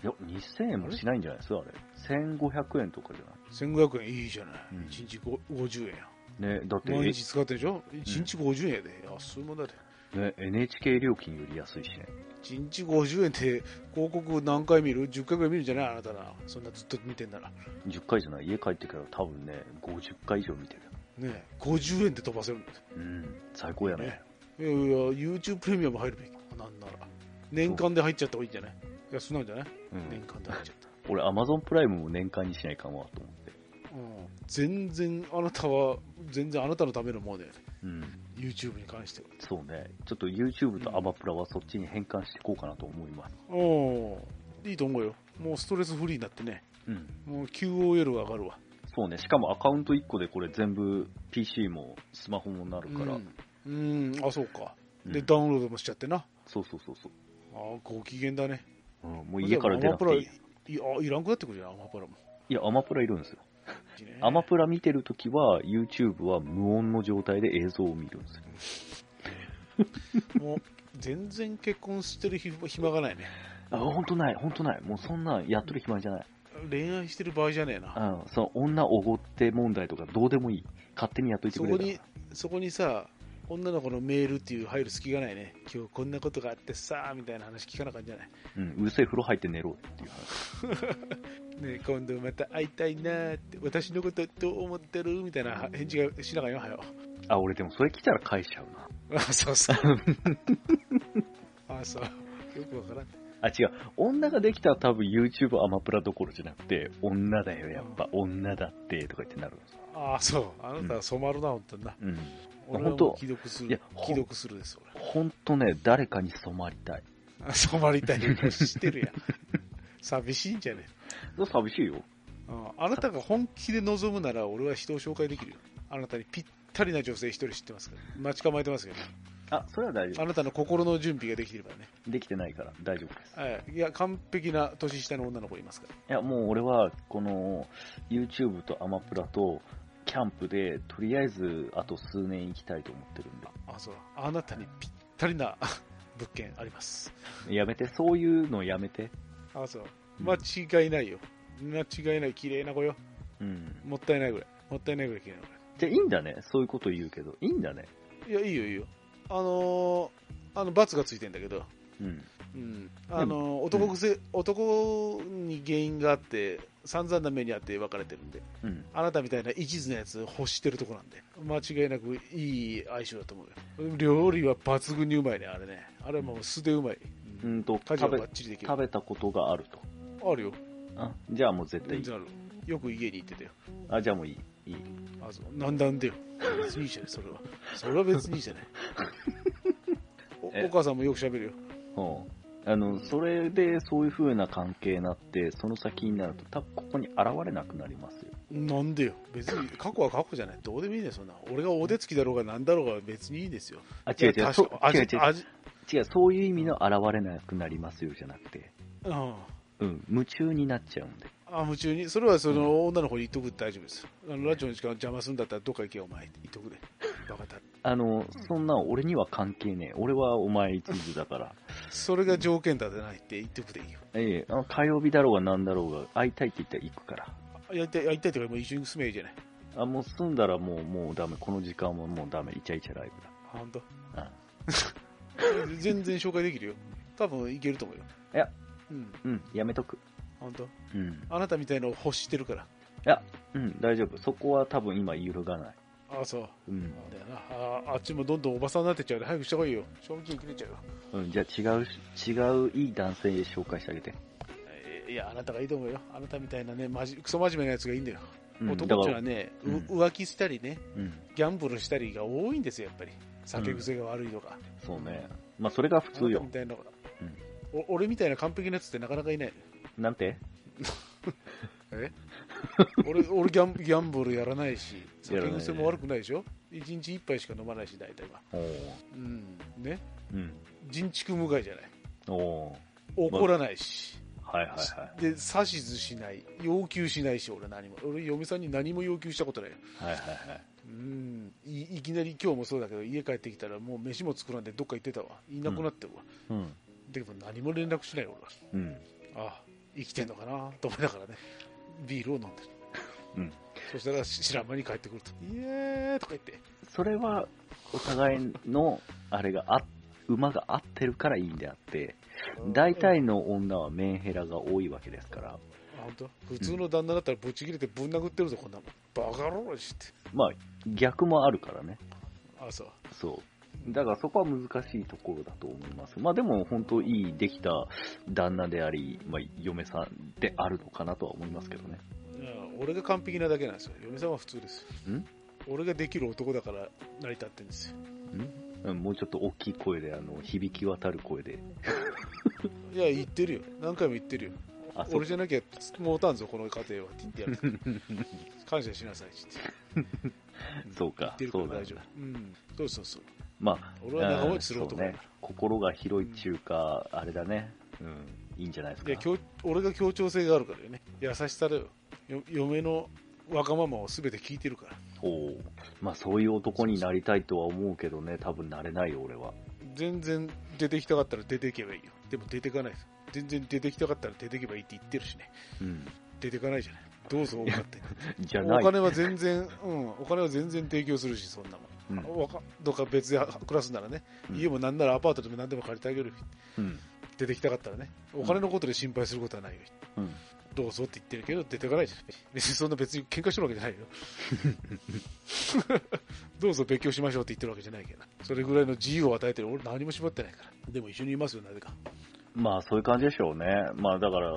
いや、2000円もしないんじゃないですか、あれ。1500円とかじゃない ?1500 円いいじゃない。うん一日ご50円や。ね、だって、毎日使ってるでしょ一日50円やで。安いもんだで。ね、NHK 料金より安いしね。一日50円って広告何回見る ?10 回ぐらい見るんじゃないあなたな。そんなずっと見てんなら。 10回じゃない、家帰ってから多分ね、50回以上見てる。ねえ50円で飛ばせるんだようん、最高やね。ねいやいや、YouTube プレミアム入るべき。なんなら。年間で入っちゃった方がいいんじゃない安なんじゃないうん年、間で入っちゃった。俺、Amazon プライムも年間にしないかもと思って。うん、全然、あなたは、全然あなたのためのものだよね。うん、 YouTube に関しては。そうね。ちょっと YouTube とアマプラはそっちに変換していこうかなと思います。うん。いいと思うよ。もうストレスフリーになってね。うん、もう QOL が上がるわ。そうね。しかもアカウント1個でこれ全部 PC もスマホもなるから。うん、うんあ、そうか。で、うんダウンロードもしちゃってな。そうそうそうそう。ああ、ご機嫌だね。うん、もう家から出なくていい。いや、いらんくなってくるじゃん、アマプラも。いや、アマプラいるんですよ。いいねアマプラ見てるときは、YouTube は無音の状態で映像を見るんですよ。もう、全然結婚してる暇暇がないね。あ、ほんとない、ほんとない。もうそんなんやっとる暇じゃない。恋愛してる場合じゃねえうな。ん、その女おごって問題とかどうでもいい。勝手にやっといてそくこれにたら。、そこにさ、女の子のメールっていう入る隙がないね。今日こんなことがあってさ、みたいな話聞かなかんじゃない。うん、うるせえ風呂入って寝ろっていう話。ねえ今度また会いたいなーって、私のことどう思ってるみたいな返事がしながらよ、はよ。あ、俺でもそれ来たら返しちゃうな。あそうそう。ああ、そう。よくわからん。あ、違う。女ができたら多分 YouTube アマプラどころじゃなくて、女だよ、やっぱ、女だって、とか言ってなるんですよ。ああ、そう。あなたは染まるな、本当にな。うん。俺は本当もう既読すいやる。ほん既読するです、俺ほんとね、誰かに染まりたい。。あ染まりたい。知ってるやん。 [laughs] 寂しいんじゃね寂しいよ。えうんあなたが本気で望むなら、俺は人を紹介できるよ。あなたにぴったりな女性一人知ってますから。待ち構えてますけど。あ、それは大丈あなたの心の準備ができてればね。夫。できてないから大丈夫です。はい。いや、完璧な年下の女の子いますから。いや、もう俺は、この、YouTube とアマプラと、キャンプで、とりあえず、あと数年行きたいと思ってるんあ、そう。あなたにぴったりな [laughs] 物件あります。で。やめて、そういうのやめて。あ、そう。うん間違いないよ。間違いない。綺麗な子よ。うん。もったいないぐらい。もったいないぐらい綺麗な子。じゃあいいんだね。そういうこと言うけど。いいんだね。いや、いいよ、いいよ。あのー、あの、罰がついてんだけど、うん。うん。あのー、男癖、男に原因があって、散々な目にあって別れてるんで、うん。あなたみたいな一途なやつ欲してるとこなんで、間違いなくいい相性だと思うよ。料理は抜群にうまいね、あれね。あれはもう素でうまい。う。うんんと、家事は食べバッ、チリできる。食べたことがあると。あるよ。あ、じゃあもう絶対い全い。然ある。よく家に行ってたよ。あ、じゃあもういい。いい。あ、そう。なんだんだよ。別にいいじゃない、それは。それは別にいいじゃない。お [laughs] えお母さんもよく喋るよ。うん。あの、それでそういう風な関係になって、その先になると、多分ここに現れなくなりますよ。なんでよ、別に過去は過去じゃない、どうでもいいね、そんな、俺がお手つきだろうがなんだろうが別にいいですよ。あ、違う違う。確か味違う違う味違う、そういう意味の現れなくなりますよじゃなくて、うん、うん、夢中になっちゃうんで。あ夢中に、それはその女の子に言っとくって大丈夫ですよ。あのラジオの時間邪魔するんだったら、どっか行けよ、お前って言っとくで、バカたるあの、そんな俺には関係ねえ。俺はお前一途だから。それが条件立てないって言っとくでいいよ。 [laughs] ええ、あの火曜日だろうが何だろうが、会いたいって言ったら行くから。あやりたい、やりたいとか、もう一緒に住めばいいじゃない。あ、もう済んだらもう、もうダメ。この時間はもうダメ。イチャイチャライブだ。あほんとあ全然紹介できるよ。多分いけると思うよ。いや、うん、うん、やめとく。本当うん。あなたみたいのを欲してるから。うん、大丈夫。そこは多分今揺るがない。ああ、そう。うん。そうだよなあああっちもどんどんおばさんになってっちゃうで早くした方がいいよ賞味期限切れちゃうようん、じゃあ違うし、違ういい男性紹介してあげて。えーいやあなたがいいと思うよあなたみたいなねまじクソ真面目なやつがいいんだよ、うん、男っていうのだはかね、ううん浮気したりねらうん、ギャンブルしたりが多いんですよやっぱり酒癖が悪いとか、そうね。まあ、それが普通あなたよみ。たいなのが、お俺みたいな完璧なやつってなかなかいないなんてえ俺 [laughs] 俺ギャンギャンブルやらないしや酒らないね癖も悪くないでしょ一日一杯しか飲まないし大体はおーうんねうん。人畜無害じゃないおお怒らないし、ーはいはいはで、指図しない、要求しないし、俺何も。俺、嫁さんに何も要求したことないよ。い。はいはいはい。うんい、いきなり今日もそうだけど、家帰ってきたらもう飯も作らんでどっか行ってたわ。いなくなってるわ。うん。でも何も連絡しないようん。俺は。ああ、生きてんのかなと思いながらね、ビールを飲んでる。うん。そしたら知らん間に帰ってくると。イエーイとか言って。それは、お互いの、あれがあ、馬が合ってるからいいんであって、大体の女はメンヘラが多いわけですから、あ本当普通の旦那だったらぶち切れてぶん殴ってるぞ、こんなもん。バカ野郎して。まあ、逆もあるからね。あ、そう。そう。だからそこは難しいところだと思います。まあでも本当いいできた旦那であり、まあ嫁さんであるのかなとは思いますけどね。いや俺が完璧なだけなんですよ嫁さんは普通ですよん俺ができる男だから成り立ってるんですよんうんもうちょっと大きい声で、あの、響き渡る声で。いや言ってるよ何回も言ってるよあ、そう俺じゃなきゃもうたんぞこの家庭はって言ってやる [laughs] 感謝しなさいって言ってそうか言ってるそうかならんだ大丈夫うんそうそうそうまあ、俺は長持ちするうん男そうだねか。心が広いっていうか、あれだね。うん。いいんじゃないですらいか。や強俺が協調性があるからよね優しさだよよ嫁のわがままを全て聞いてるからおーまあ、そういう男になりたいとは思うけどね、多分なれないよ、俺は。全然出てきたかったら出ていけばいいよでも出てかないです全然出てきたかったら出ていけばいいって言ってるしねうん。出てかないじゃないどうぞお金ってじゃおない。金は全然、うん、お金は全然提供するし、そんなうんもん。わかどっか別で暮らすならね、うん家もなんならアパートでも何でも借りてあげる、うん。出てきたかったらね、お金のことで心配することはないよ、うん。どうぞって言ってるけど出てかないじゃん別にそんな別に喧嘩してるわけじゃ [laughs] ないよどうぞ勉強しましょうって言ってるわけじゃないけどなそれぐらいの自由を与えてる俺何も縛ってないからでも一緒にいますよなぜかまあそういう感じでしょうね。まあだから、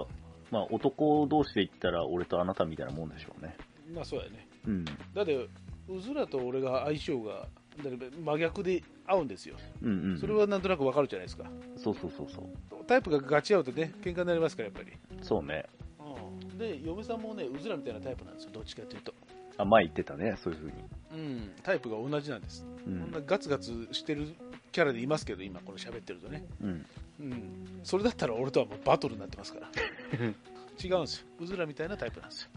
まあ男同士で言ったら俺とあなたみたいなもんでしょうね。まあそうやねうん。だってうずらと俺が相性がだから真逆で合うんですようんうん。それ、はなんとなくわかるじゃないですかそうそうそうそう。タイプがガチ合うとね喧嘩になりますからやっぱりそうね。で嫁さんもねうずらみたいなタイプなんですよどっちかというとあ、前言ってたね、そういう風うに。んタイプが同じなんです、こう。んなんガツガツしてるキャラでいますけど今この喋ってるとねうん。うんそれだったら俺とはもうバトルになってますから [laughs] 違うんですようずらみたいなタイプなんですよ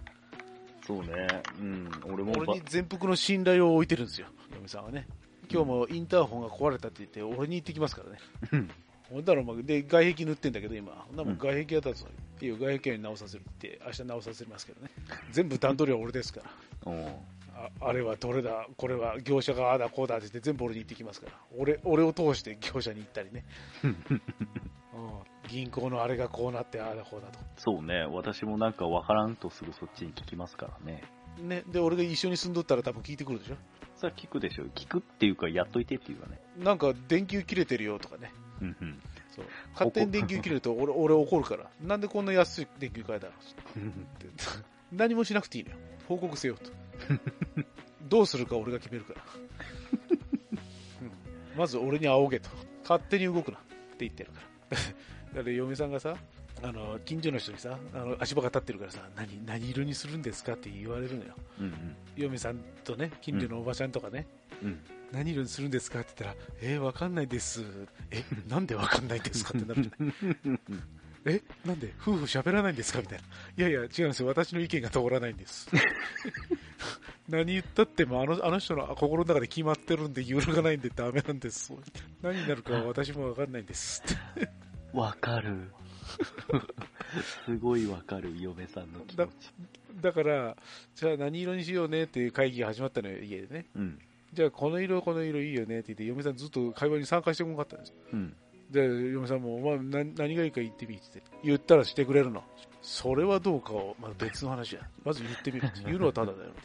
そうね。うん。俺もば俺に全幅の信頼を置いてるんですよ嫁さんはね今日もインターホンが壊れたって言って俺に行ってきますからねうんほんだろお前で外壁塗ってんだけど今ほんなもん外壁やったぞ、いいよ外壁に直させるって明日直させますけどね全部段取りは俺ですからうん。ああれはどれだ、これは業者がああだこうだって言って全部俺に言ってきますから、俺俺を通して業者に行ったりね、うん、銀行のあれがこうなってああだこうだと、そうね。私もなんかわからんとすぐそっちに聞きますからね。ね、で俺が一緒に住んどったら多分聞いてくるでしょ、それは聞くでしょ。聞くっていうか、やっといてっていうかね。なんか電球切れてるよとかね、うんうん。そう勝手に電球切れると俺俺怒るから、なんでこんな安い電球買えたのって何もしなくていいのよ、報告せよと、どうするか俺が決めるから、うんまず俺に仰げと、勝手に動くなって言ってるから、 [laughs] だから嫁さんがさ、あの近所の人にさ、あの足場が立ってるからさ何、何色にするんですかって言われるのよ、うん嫁さんとね、近所のおばちゃんとかね、うん。うん。何色にするんですかって言ったら、えー、わかんないです、え、なんでわかんないんですかってなるじゃない。 [laughs] えなんで夫婦喋らないんですかみたいな。いやいや、違うんですよ。私の意見が通らないんです。 [laughs] 何言ったってもあの、あの人の心の中で決まってるんで揺るがないんでダメなんです。何になるかは私もわかんないんです。 [laughs] わかる。すごいわかる、嫁さんの気持だち。だから、じゃあ何色にしようねっていう会議が始まったのよ、家でね。うん。じゃあこの色、この色いいよねって言って、嫁さんずっと会話に参加してこなかったんです。うん。で、嫁さんも、お前何何がいいか言ってみって言って言ったらしてくれるの。それはどうかを、まあ、別の話や。まず言ってみるって。言うのはただだよって。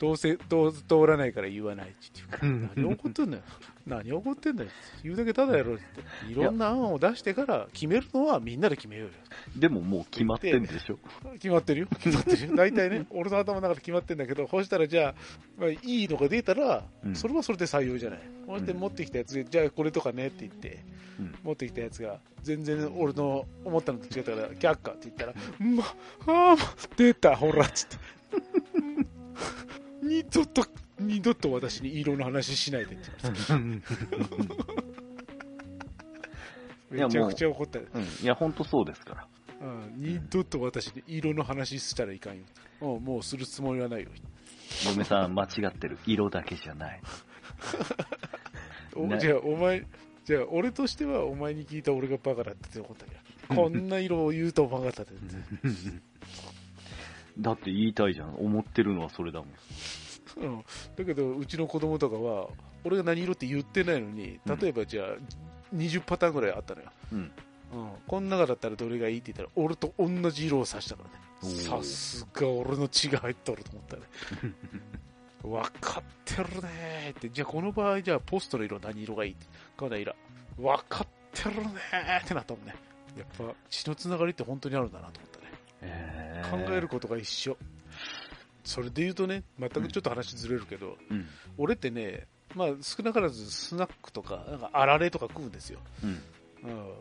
どうせ、どう通らないから言わないって言って。何怒ってんだよ。何怒ってんだよって。言うだけただやろって言って。いろんな案を出してから決めるのはみんなで決めようよ。でももう決まってんでしょ。決まってるよ。 [laughs] 決まってるよ。大体ね、俺の頭の中で決まってんだけど、そしたらじゃあ、まあ、いいのが出たら、うんそれはそれで採用じゃない。こうやって持ってきたやつで、じゃあこれとかねって言って、うん持ってきたやつが、全然俺の思ったのと違ったから、却下って言ったら、ま、あー出た、ほら、つって。 [laughs] 二度と、二度と私に色の話しないでって言われたいやめちゃくちゃ怒ったよ。うん。いや、ほんとそうですから。うん二度と私に色の話したらいかんよ。うんもうするつもりはないよ。嫁さん、間違ってる。色だけじゃない。おねじゃあお前じゃあ俺としてはお前に聞いた俺がバカだって思ったけどこんな色を言うと思わなかったってだって言いたいじゃん。思ってるのはそれだもん。うん、だけどうちの子供とかは俺が何色って言ってないのに例えばじゃあ20パターンぐらいあったのよ、うん。うん、この中だったらどれがいいって言ったら俺と同じ色を指したからおねーさすが俺の血が入っとると思 [laughs] ったね分かってるねーってじゃあこの場合じゃあポストの色何色がいいってこの色分かってるねーってなったもんねやっぱ血のつながりって本当にあるんだなと思ったねえ考える。ことが一緒それで言うとね全くちょっと話ずれるけど、うん。俺ってねまあ少なからずスナックとかなんかあられとか食うんですようん。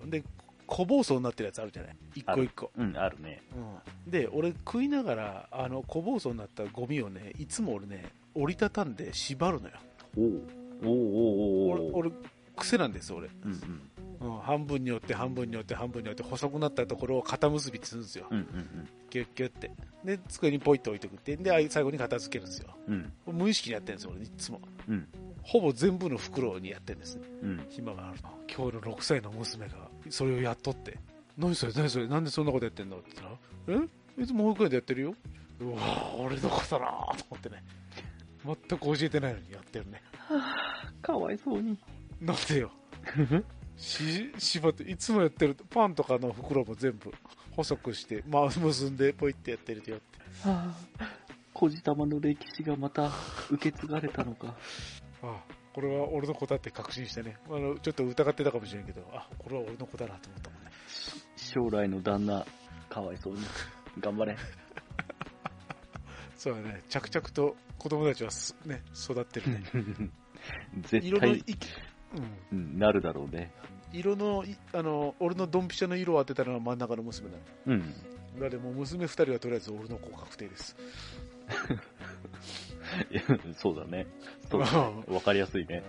うん、で小包装になってるやつあるじゃない一個一個、うん、あるね。うん、で俺食いながらあの小包装になったゴミをねいつも俺ね折りたたんで縛るのよおうおうおうお俺うおう俺癖なんです俺、うんうん。うん、半分に折って半分に折って半分に折って細くなったところを肩結びってするんですよ、うんうんキュッキュッてで机にポイって置いてくってであい最後に片付けるんですようん。うん。無意識にやってるんですよ俺いつもうん。ほぼ全部の袋にやってるんですうん。暇があるの今日の6歳の娘がそれをやっとって何それ何それなんでそんなことやってんのって言ったらえいつも保育園でやってるようわー俺のことだなーと思ってね全く教えてないのにやってるねかわいそうに。なんでよし縛っていつもやってるパンとかの袋も全部細くして、まあ、結んで、ポイってやってるよって。小玉の歴史がまた受け継がれた [laughs] のか。ああこれは俺の子だって確信してね。あの、ちょっと疑ってたかもしれんけど、あ、これは俺の子だなと思ったもんね。将来の旦那、かわいそうに。[laughs] 頑張れ。そうだね。着々と子供たちはす、ね、育ってるね。絶色の対い、、うん。うんなるだろうね。色のい、あの、俺のドンピシャの色を当てたのは真ん中の娘なんだ。うん。 [laughs] だでもう娘二人はとりあえず俺の子確定です。いやそうだね。そうだねわかりやすいね。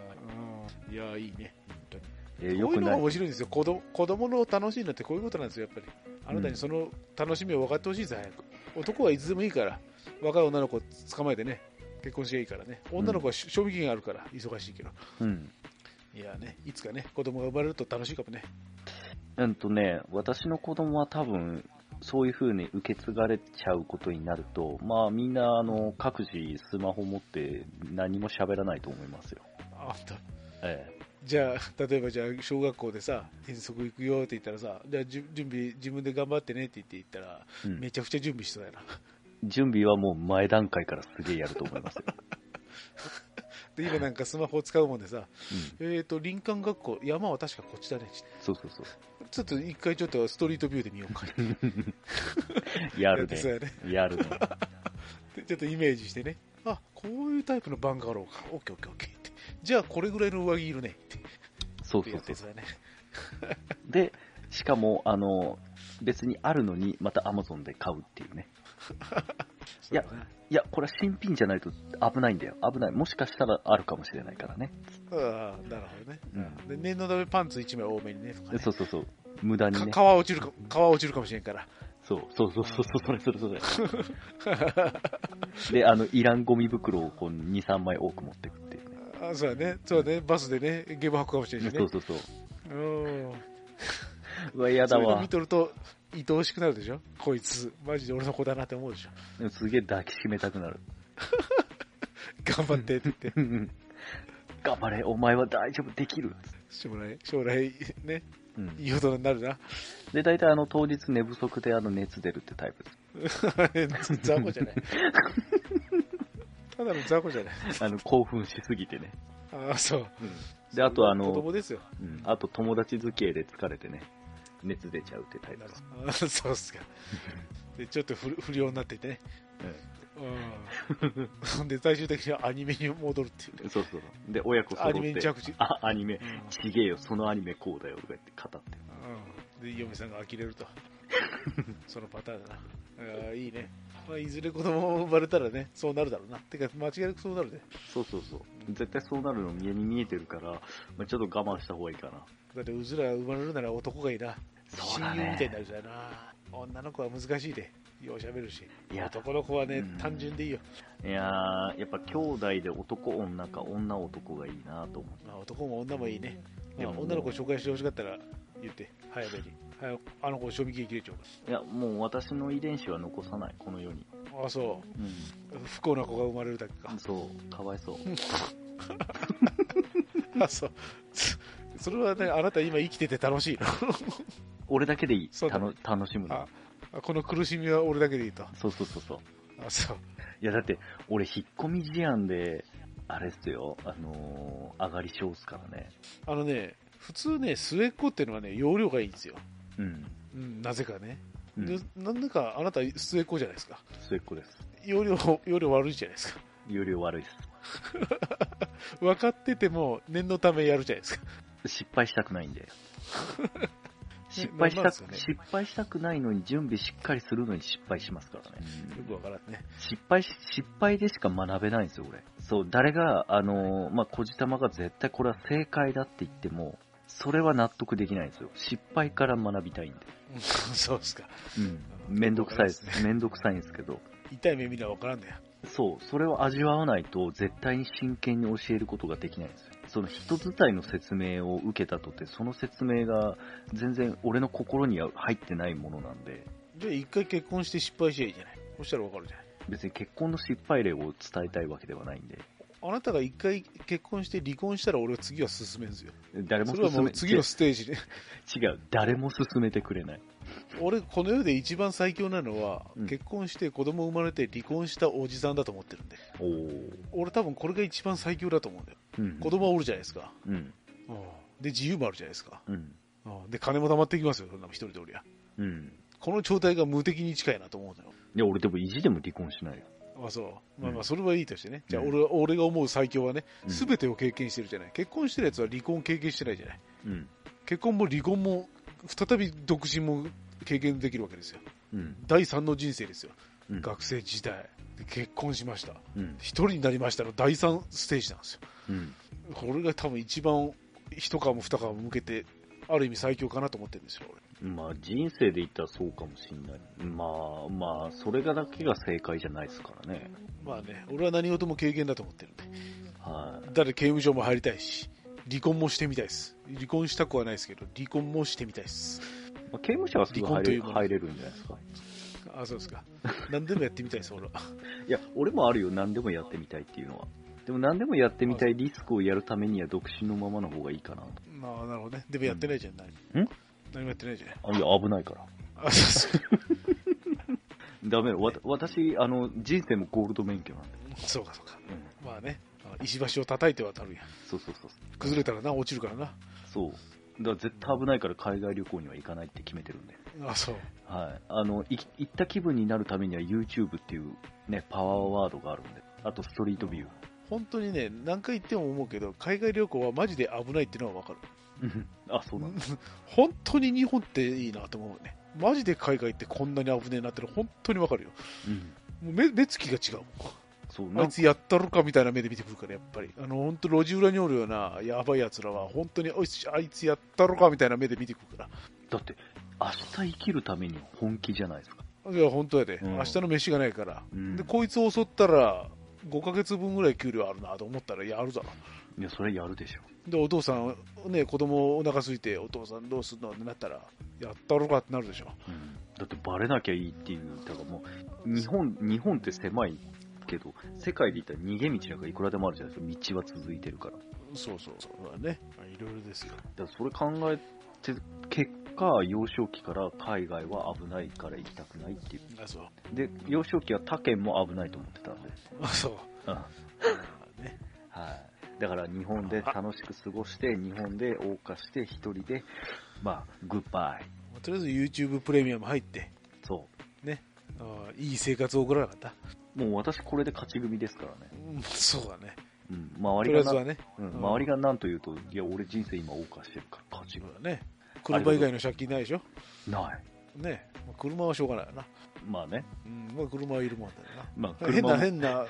[laughs] うんいやー、いいね。本当にえーこよういうくのながい。面白いんですよ子供。子供の楽しいのってこういうことなんですよ、やっぱり。あなたにその楽しみを分かってほしいです、早く。男はいつでもいいから、若い女の子捕まえてね、結婚していいからね。女の子はし賞味期限あるから、忙しいけど。うん。いやーね、いつかね、子供が生まれると楽しいかもね。うんとね、私の子供は多分、そういう風に受け継がれちゃうことになると、まあみんな、あの、各自スマホ持って何も喋らないと思いますよ。あんたえじゃあ、例えばじゃあ小学校でさ、遠足行くよって言ったらさ、じゃあじゅ準備、自分で頑張ってねって言って言ったら、えうんめちゃくちゃ準備しそうやな。準備はもう前段階からすげえやると思いますよ。で、今なんかスマホを使うもんでさ、うん、えーと、林間学校、山は確かこっちだね。そうそうそう。ちょっと一回ちょっとストリートビューで見ようか。ややるってそうね。やね。やるね。でちょっとイメージしてね。あ、こういうタイプのバンガローか。オッケーオッケーオッケーって。じゃあこれぐらいの上着いるね。ってそうってやそうってそう。そうやね。 [laughs] で、しかも、あの、別にあるのに、また Amazon で買うっていうね。いやそうだねいや、これは新品じゃないと危ないんだよ。危ない。もしかしたらあるかもしれないからね。ああ、なるほどね。うん。で、念のためパンツ1枚多めにね。とかねそうそうそう。無駄にかね皮。落ちるか、皮落ちるかもしれんから。そうそうそうそう、そうそれそれそれ。 [laughs] で、あの、いらんゴミ袋をこう2、3枚多く持ってくっていうね。あそうだね。そうだね。バスでね、ゲーム吐くかもしれんしそねう。そうそう。うん。うわ、嫌だそういうのわ見。とると、愛おしくなるでしょこいつ、マジで俺の子だなって思うでしょすげえ抱きしめたくなる。頑張ってって言って。うん頑張れ、お前は大丈夫、できる。 [laughs] 将来、将来、ね、うんいい大人になるな。 [laughs] で、大体あの、当日寝不足であの、熱出るってタイプで雑魚じゃない。ただの雑魚じゃない。[laughs] す。あの、興奮しすぎてね。ああ、そう。で、あとあ子の、供ですよ。 [laughs] うんあと友達付き合いで疲れてね、熱出ちゃうってタイプです。あそうっすか。で、ちょっと不不良になっててね。 [laughs] うん。で、最終的にはアニメに戻るっていうね。うんそうそう。で、親子揃アっニメにて、着地。あ、アニメう、んちげえよ、そのアニメこうだよ、とか言って語って。うん、で嫁さんが呆れ [laughs] るとそのパターンだなあーいいね、まあ、いずれ子供生まれたらねそうなるだろうなてか間違いなくそうなるねそうそうそう。絶対そうなるの見えに見えてるから、まあ、ちょっと我慢した方がいいかな。だってうずら生まれるなら男がいいな、そう親だね友みたいになるじゃんな女の子は難しいでようしゃべるしいや、男の子はねうん単純でいいよ、いやーやっぱ兄弟で男女か女男がいいなと思って。まあ、男も女もいいね、まあ、でも女の子紹介してほしかったら言って早めに早くあの子賞味期限切れちゃうかいや、もう私の遺伝子は残さない、この世に。らあそうう不幸な子が生まれるだけかん。そう、かわいそう。あそう [laughs] つそれはねあなた今生きてて楽しいの俺だけでいい。そうだたの楽しむあの。あこの苦しみは俺だけでいいとそうそうそうそう。あそういや、だって、俺、引っ込み思案で、あれっすよ、あのー上がり症っすからね。あのね普通ね末っ子っていうのはね容量がいいんですよ、うん。うん、なぜかね、うん、でなんだかあなた末っ子じゃないですか末っ子です。容量容量悪いじゃないですか [laughs] 有料悪いっ分かってても念のためやるじゃないですかす。失敗したくない [laughs] んで。失敗したまく、あまあです失敗したくないのに準備しっかりするのに失敗しますからね。よく分からんね失敗し、失敗でしか学べないんですよ、俺。そう、誰が、あのーまあ、小じたまが絶対これは正解だって言っても、それは納得できないんですよ。失敗から学びたいんで。うん [laughs] そうっすかうん。めんどくさいですよくわかりま。めんどくさいんですけど。痛い目見な分からんだよそう、それを味わわないと、絶対に真剣に教えることができないんですよ。その人伝いの説明を受けたとて、その説明が全然俺の心には入ってないものなんで、じゃあ一回結婚して失敗しちゃいいじゃないそしたら分かるじゃない別に結婚の失敗例を伝えたいわけではないんで、あなたが一回結婚して離婚したら俺は次は進めんすよ誰もそれはも勧めう次のステージで違う、誰も勧めてくれない。俺この世で一番最強なのは、うん結婚して子供生まれて離婚したおじさんだと思ってるんでおー俺多分これが一番最強だと思うんだようん子供はおるじゃないですか、うんで自由もあるじゃないですか、うんうんで金も貯まってきますよそんなの一人でおりゃうんこの状態が無敵に近いなと思うのよいや俺でも意地でも離婚しないよあそうまあまうあんそれはいいとしてね、じゃあうん俺は俺が思う最強はね、うんすべてを経験してるじゃない、結婚してるやつは離婚経験してないじゃない、うん結婚も離婚も、再び独身も経験できるわけですよ、うん第3の人生ですよ、うん学生時代、で結婚しました、うん一人になりましたの第3ステージなんですよ、うんこれが多分一番一皮も二皮も向けて、ある意味最強かなと思ってるんですよ、まあ人生で言ったらそうかもしんないまあまあそれがだけが正解じゃないですからね俺まあね、俺は何事も経験だと思ってるんで、はだって刑務所も入りたいし、離婚もしてみたいです、離婚したくはないですけど、離婚もしてみたいです。い、まあ、刑務所はすぐ入れ離婚というもの入れるんじゃないですかあそうですか何でもやってみたいです俺はいや俺もあるよ何でもやってみたいっていうのはでも何でもやってみたいリスクをやるためには独身のままの方がいいかなとまあなるほどねでもやってないじゃん何ん何もやってないじゃんあいや危ないからあそうそうダメよわた私あの人生もゴールド免許なんで、そうかそうかうん、まあねあ石橋を叩いて渡るやんそうそうそう崩れたらな落ちるからなそうだから絶対危ないから海外旅行には行かないって決めてるんで、あそうはい、あのい行った気分になるためには YouTube っていう、ね、パワーワードがあるんであとストリートビュー本当にね何回言っても思うけど海外旅行はマジで危ないっていうのは分かるうんあそうなんだ本当に日本っていいなと思うねマジで海外ってこんなに危ねえなっての本当に分かるようんもう目目つきが違うそうあないんかつやったろかみたいな目で見てくるから、やっぱり。あの、本当路地裏におるような、やばい奴らは、本当に、おいあいつやったろかみたいな目で見てくるかだって明日生きるためには本気じゃないですか、ら。いや、本当やで。うん明日の飯がないから。うんで、こいつを襲ったら、5ヶ月分ぐらい給料あるなと思ったら、やるだろ。いやそれやるでしょで、お父さん、ね、子供お腹空いて、お父さんどうすんのってなったら、やったろかってなるでしょ。だってバレなきゃいいっていう、だからもう、日本、日本って狭いけど、世界で言ったら逃げ道なんかいくらでもあるじゃないですか、道は続いてるから。だかそうそうそう。まあね。まあいろいろですよ。らそれ考えて、結果、幼少期から海外は危ないから行きたくないっていう。あ、そう。で、幼少期は他県も危ないと思ってたんで。あ、 [laughs] そう。うん。まあね。はい。だから日本で楽しく過ごして、日本で謳歌して、一人で、まあ、グッバイ。まあとりあえず YouTube プレミアム入って、そあーいい生活を送らなかった。う。もう私これで勝ち組ですからね。うんそうだね。うん。と周りあえりずがなは、ね。うん、うん周りが何と言うと、いや、俺人生今謳歌してるから勝自ち組分はね、車以外の借金ないでしょ、ない。ねまあ車はしょうがないよな、まあね。 [laughs] うんまあ、車はいるもんだよな。まあ、 [laughs] 変車なも、変な、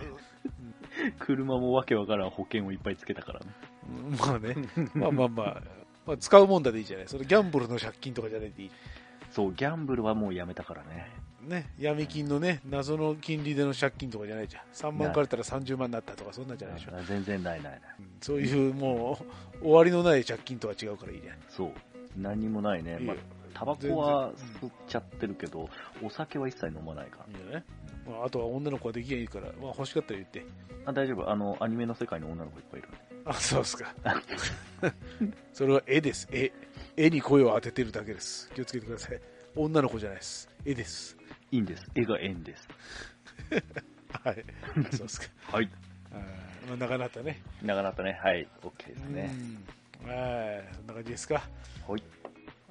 車もわけわからん保険をいっぱいつけたからね。うんまあね、まあまあまあ、まあ、使うもんだでいいじゃない、それギャンブルの借金とかじゃないでいい、そう、ギャンブルはもうやめたからね。ね、闇金のね、謎の金利での借金とかじゃないじゃん、3万借りたら30万になったとか、そんなんじゃないでしょ、全然ないないない。うんそういうもう終わりのない借金とは違うからいいじゃん。そう。何にもないね。いいまよあ、タバコは吸っちゃってるけど、お酒は一切飲まないからいいんじゃないまあ、あとは女の子はできがいいから、まあ、欲しかったら言って。。あ大丈夫。あの、アニメの世界の女の子いっぱいいる。あ、そうですか。それは絵です。絵。絵に声を当ててるだけです。気をつけてください。女の子じゃないです。絵です。いいんです。絵が縁です。はい。あそうですか。はい。あーまあ、なかなかね。なかなかね、はい。OK ですね。うん。はい。そんな感じですか。はい。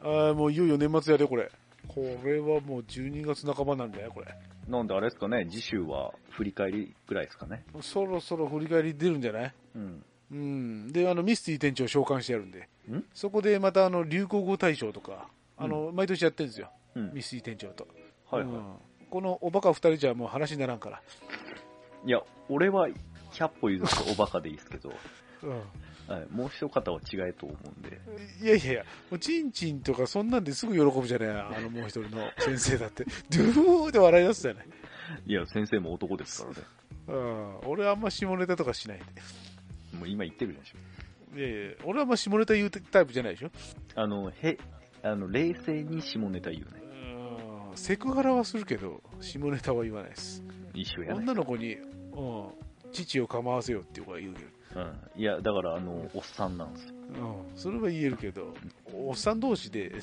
あーもういよいよ年末やで、これ。これはもう12月半ばなんだよ、これ。なんであれですかね、次週は振り返りぐらいですかね。そろそろ振り返り出るんじゃないうん。うん。で、あの、ミスティ店長召喚してやるんで。んそこでまた、あの、流行語大賞とか、あの、毎年やってるんですよ。うん。ミスティ店長と。はいうはい。んこのおバカ二人じゃもう話にならんから、いや、俺は100歩譲っておバカでいいですけど、はい、もう一方は違えと思うんで、いやいやいやもうチンチンとかそんなんですぐ喜ぶじゃねえあのもう一人の先生だってドゥーって笑い出すじゃない、いや、先生も男ですからね。うん、俺はあんま下ネタとかしないんもう今言ってるでしょ。でいやいや俺はあんま下ネタ言うタイプじゃないでしょ、あの、へ、あの、冷静に下ネタ言うね。うん、セクハラはするけど下ネタは言わないです一緒やね。女の子に、うん、父を構わせよっていう子は言うけどうん。いや、だから、あの、おっさんなんですよ。うん、それは言えるけど、おっさん同士で、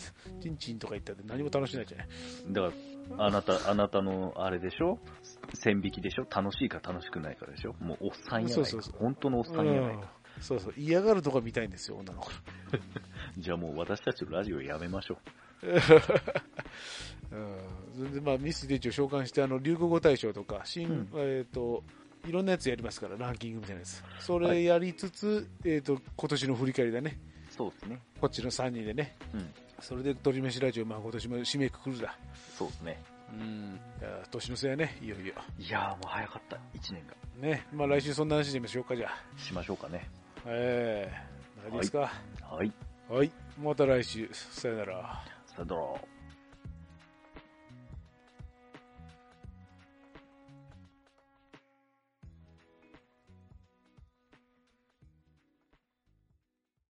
チンチンとか言ったって何も楽しないじゃない。だから、あなた、あなたの、あれでしょ線引きでしょ楽しいか楽しくないかでしょもう、おっさんやないか。そうそうそう本当のおっさんやなういか。んそうそう、嫌がるとこ見たいんですよ、女の子。じゃあもう、私たちのラジオやめましょうん、それでまあミス・デイチを召喚して、あの流行語大賞とか、新、うんえっ、と、いろんなやつやりますから、ランキングみたいなやつ。それやりつつ、えっ、と、今年の振り返りだね。う。そうですね。こっちの3人でね。うん。それで、鳥飯ラジオ、まあ今年も締めくくるだ。そうですね。うん。いや年の瀬やね、いよいよ。いやー、もう早かった。1年が。ね。まあ来週そんな話でみましょうか、じゃあ。しましょうかね。ええ何ですか。はい。はい。また来週。さよなら。さよなら。